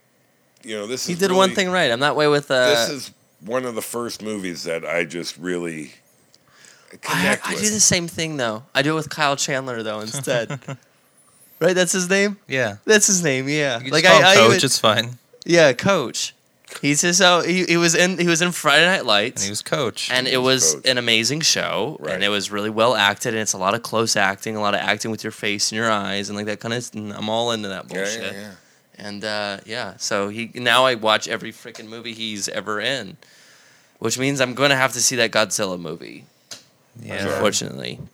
[SPEAKER 3] you know, this
[SPEAKER 2] He
[SPEAKER 3] is
[SPEAKER 2] did one
[SPEAKER 3] really-
[SPEAKER 2] thing right. I'm that way with. Uh,
[SPEAKER 3] This is one of the first movies that I just really
[SPEAKER 2] I,
[SPEAKER 3] connect
[SPEAKER 2] I
[SPEAKER 3] with.
[SPEAKER 2] do the same thing though. I do it with Kyle Chandler though instead. right? That's his name.
[SPEAKER 1] Yeah,
[SPEAKER 2] That's his name. Yeah.
[SPEAKER 1] you can just call him coach.
[SPEAKER 2] even-
[SPEAKER 1] it's fine.
[SPEAKER 2] yeah, coach. He's just oh he, he was in he was in Friday Night
[SPEAKER 1] And
[SPEAKER 2] Lights.
[SPEAKER 1] he was coach.
[SPEAKER 2] and it
[SPEAKER 3] was
[SPEAKER 2] was
[SPEAKER 3] coach.
[SPEAKER 2] an amazing show
[SPEAKER 3] Right.
[SPEAKER 2] and it was really well acted and it's a lot of close acting a lot of acting with your face and your eyes and like that kind of i'm all into that
[SPEAKER 3] yeah,
[SPEAKER 2] bullshit
[SPEAKER 3] yeah, yeah.
[SPEAKER 2] and uh, yeah so he now i watch every freaking movie he's ever in which means i'm going to have to see that godzilla movie
[SPEAKER 1] yeah,
[SPEAKER 2] unfortunately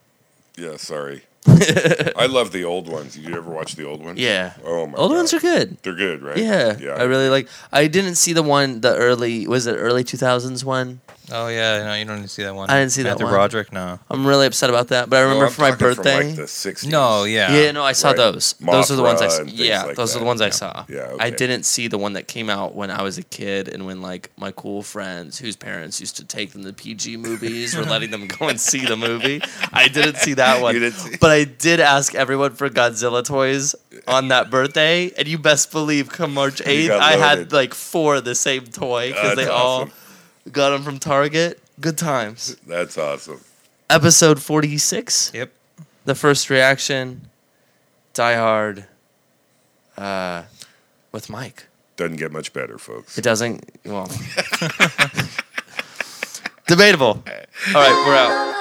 [SPEAKER 3] Yeah, sorry. I love the old ones. Did you ever watch the old ones?
[SPEAKER 2] yeah
[SPEAKER 3] Oh my
[SPEAKER 2] old
[SPEAKER 3] God.
[SPEAKER 2] ones are good
[SPEAKER 3] They're good, right?
[SPEAKER 2] yeah,
[SPEAKER 3] Yeah.
[SPEAKER 2] i really like i didn't see the one the early was it early 2000s one
[SPEAKER 1] oh yeah, no, you don't need to see that one.
[SPEAKER 2] I didn't see that
[SPEAKER 1] Matthew
[SPEAKER 2] one.
[SPEAKER 1] Broderick, no,
[SPEAKER 2] i'm really upset about that but i remember
[SPEAKER 3] Oh, I'm
[SPEAKER 2] for my
[SPEAKER 3] talking from,
[SPEAKER 2] birthday
[SPEAKER 3] like the 60s.
[SPEAKER 1] no, yeah,
[SPEAKER 2] Yeah, no, I saw
[SPEAKER 3] Right.
[SPEAKER 2] those. those are the ones I.
[SPEAKER 3] Mothra
[SPEAKER 2] s-
[SPEAKER 3] and things
[SPEAKER 2] Yeah,
[SPEAKER 3] like
[SPEAKER 2] those are
[SPEAKER 3] that.
[SPEAKER 2] the ones I
[SPEAKER 1] Yeah.
[SPEAKER 2] saw.
[SPEAKER 3] Yeah,
[SPEAKER 2] I
[SPEAKER 3] okay.
[SPEAKER 2] didn't see the one that came out when I was a kid and when like my cool friends whose parents used to take them to PG movies were letting them go and see the movie. I didn't see that one,
[SPEAKER 3] You didn't see-
[SPEAKER 2] but I did ask everyone for Godzilla toys on that birthday, and you best believe, come March eighth,
[SPEAKER 3] got
[SPEAKER 2] I
[SPEAKER 3] loaded. Uh,
[SPEAKER 2] had like four of the same toy because they
[SPEAKER 3] That's awesome.
[SPEAKER 2] all got them from Target. Good times.
[SPEAKER 3] That's awesome.
[SPEAKER 2] Episode forty six
[SPEAKER 1] yep.
[SPEAKER 2] the first reaction, Die Hard, uh, with Mike.
[SPEAKER 3] Doesn't get much better, folks.
[SPEAKER 2] It doesn't. Well, debatable. All right, we're out.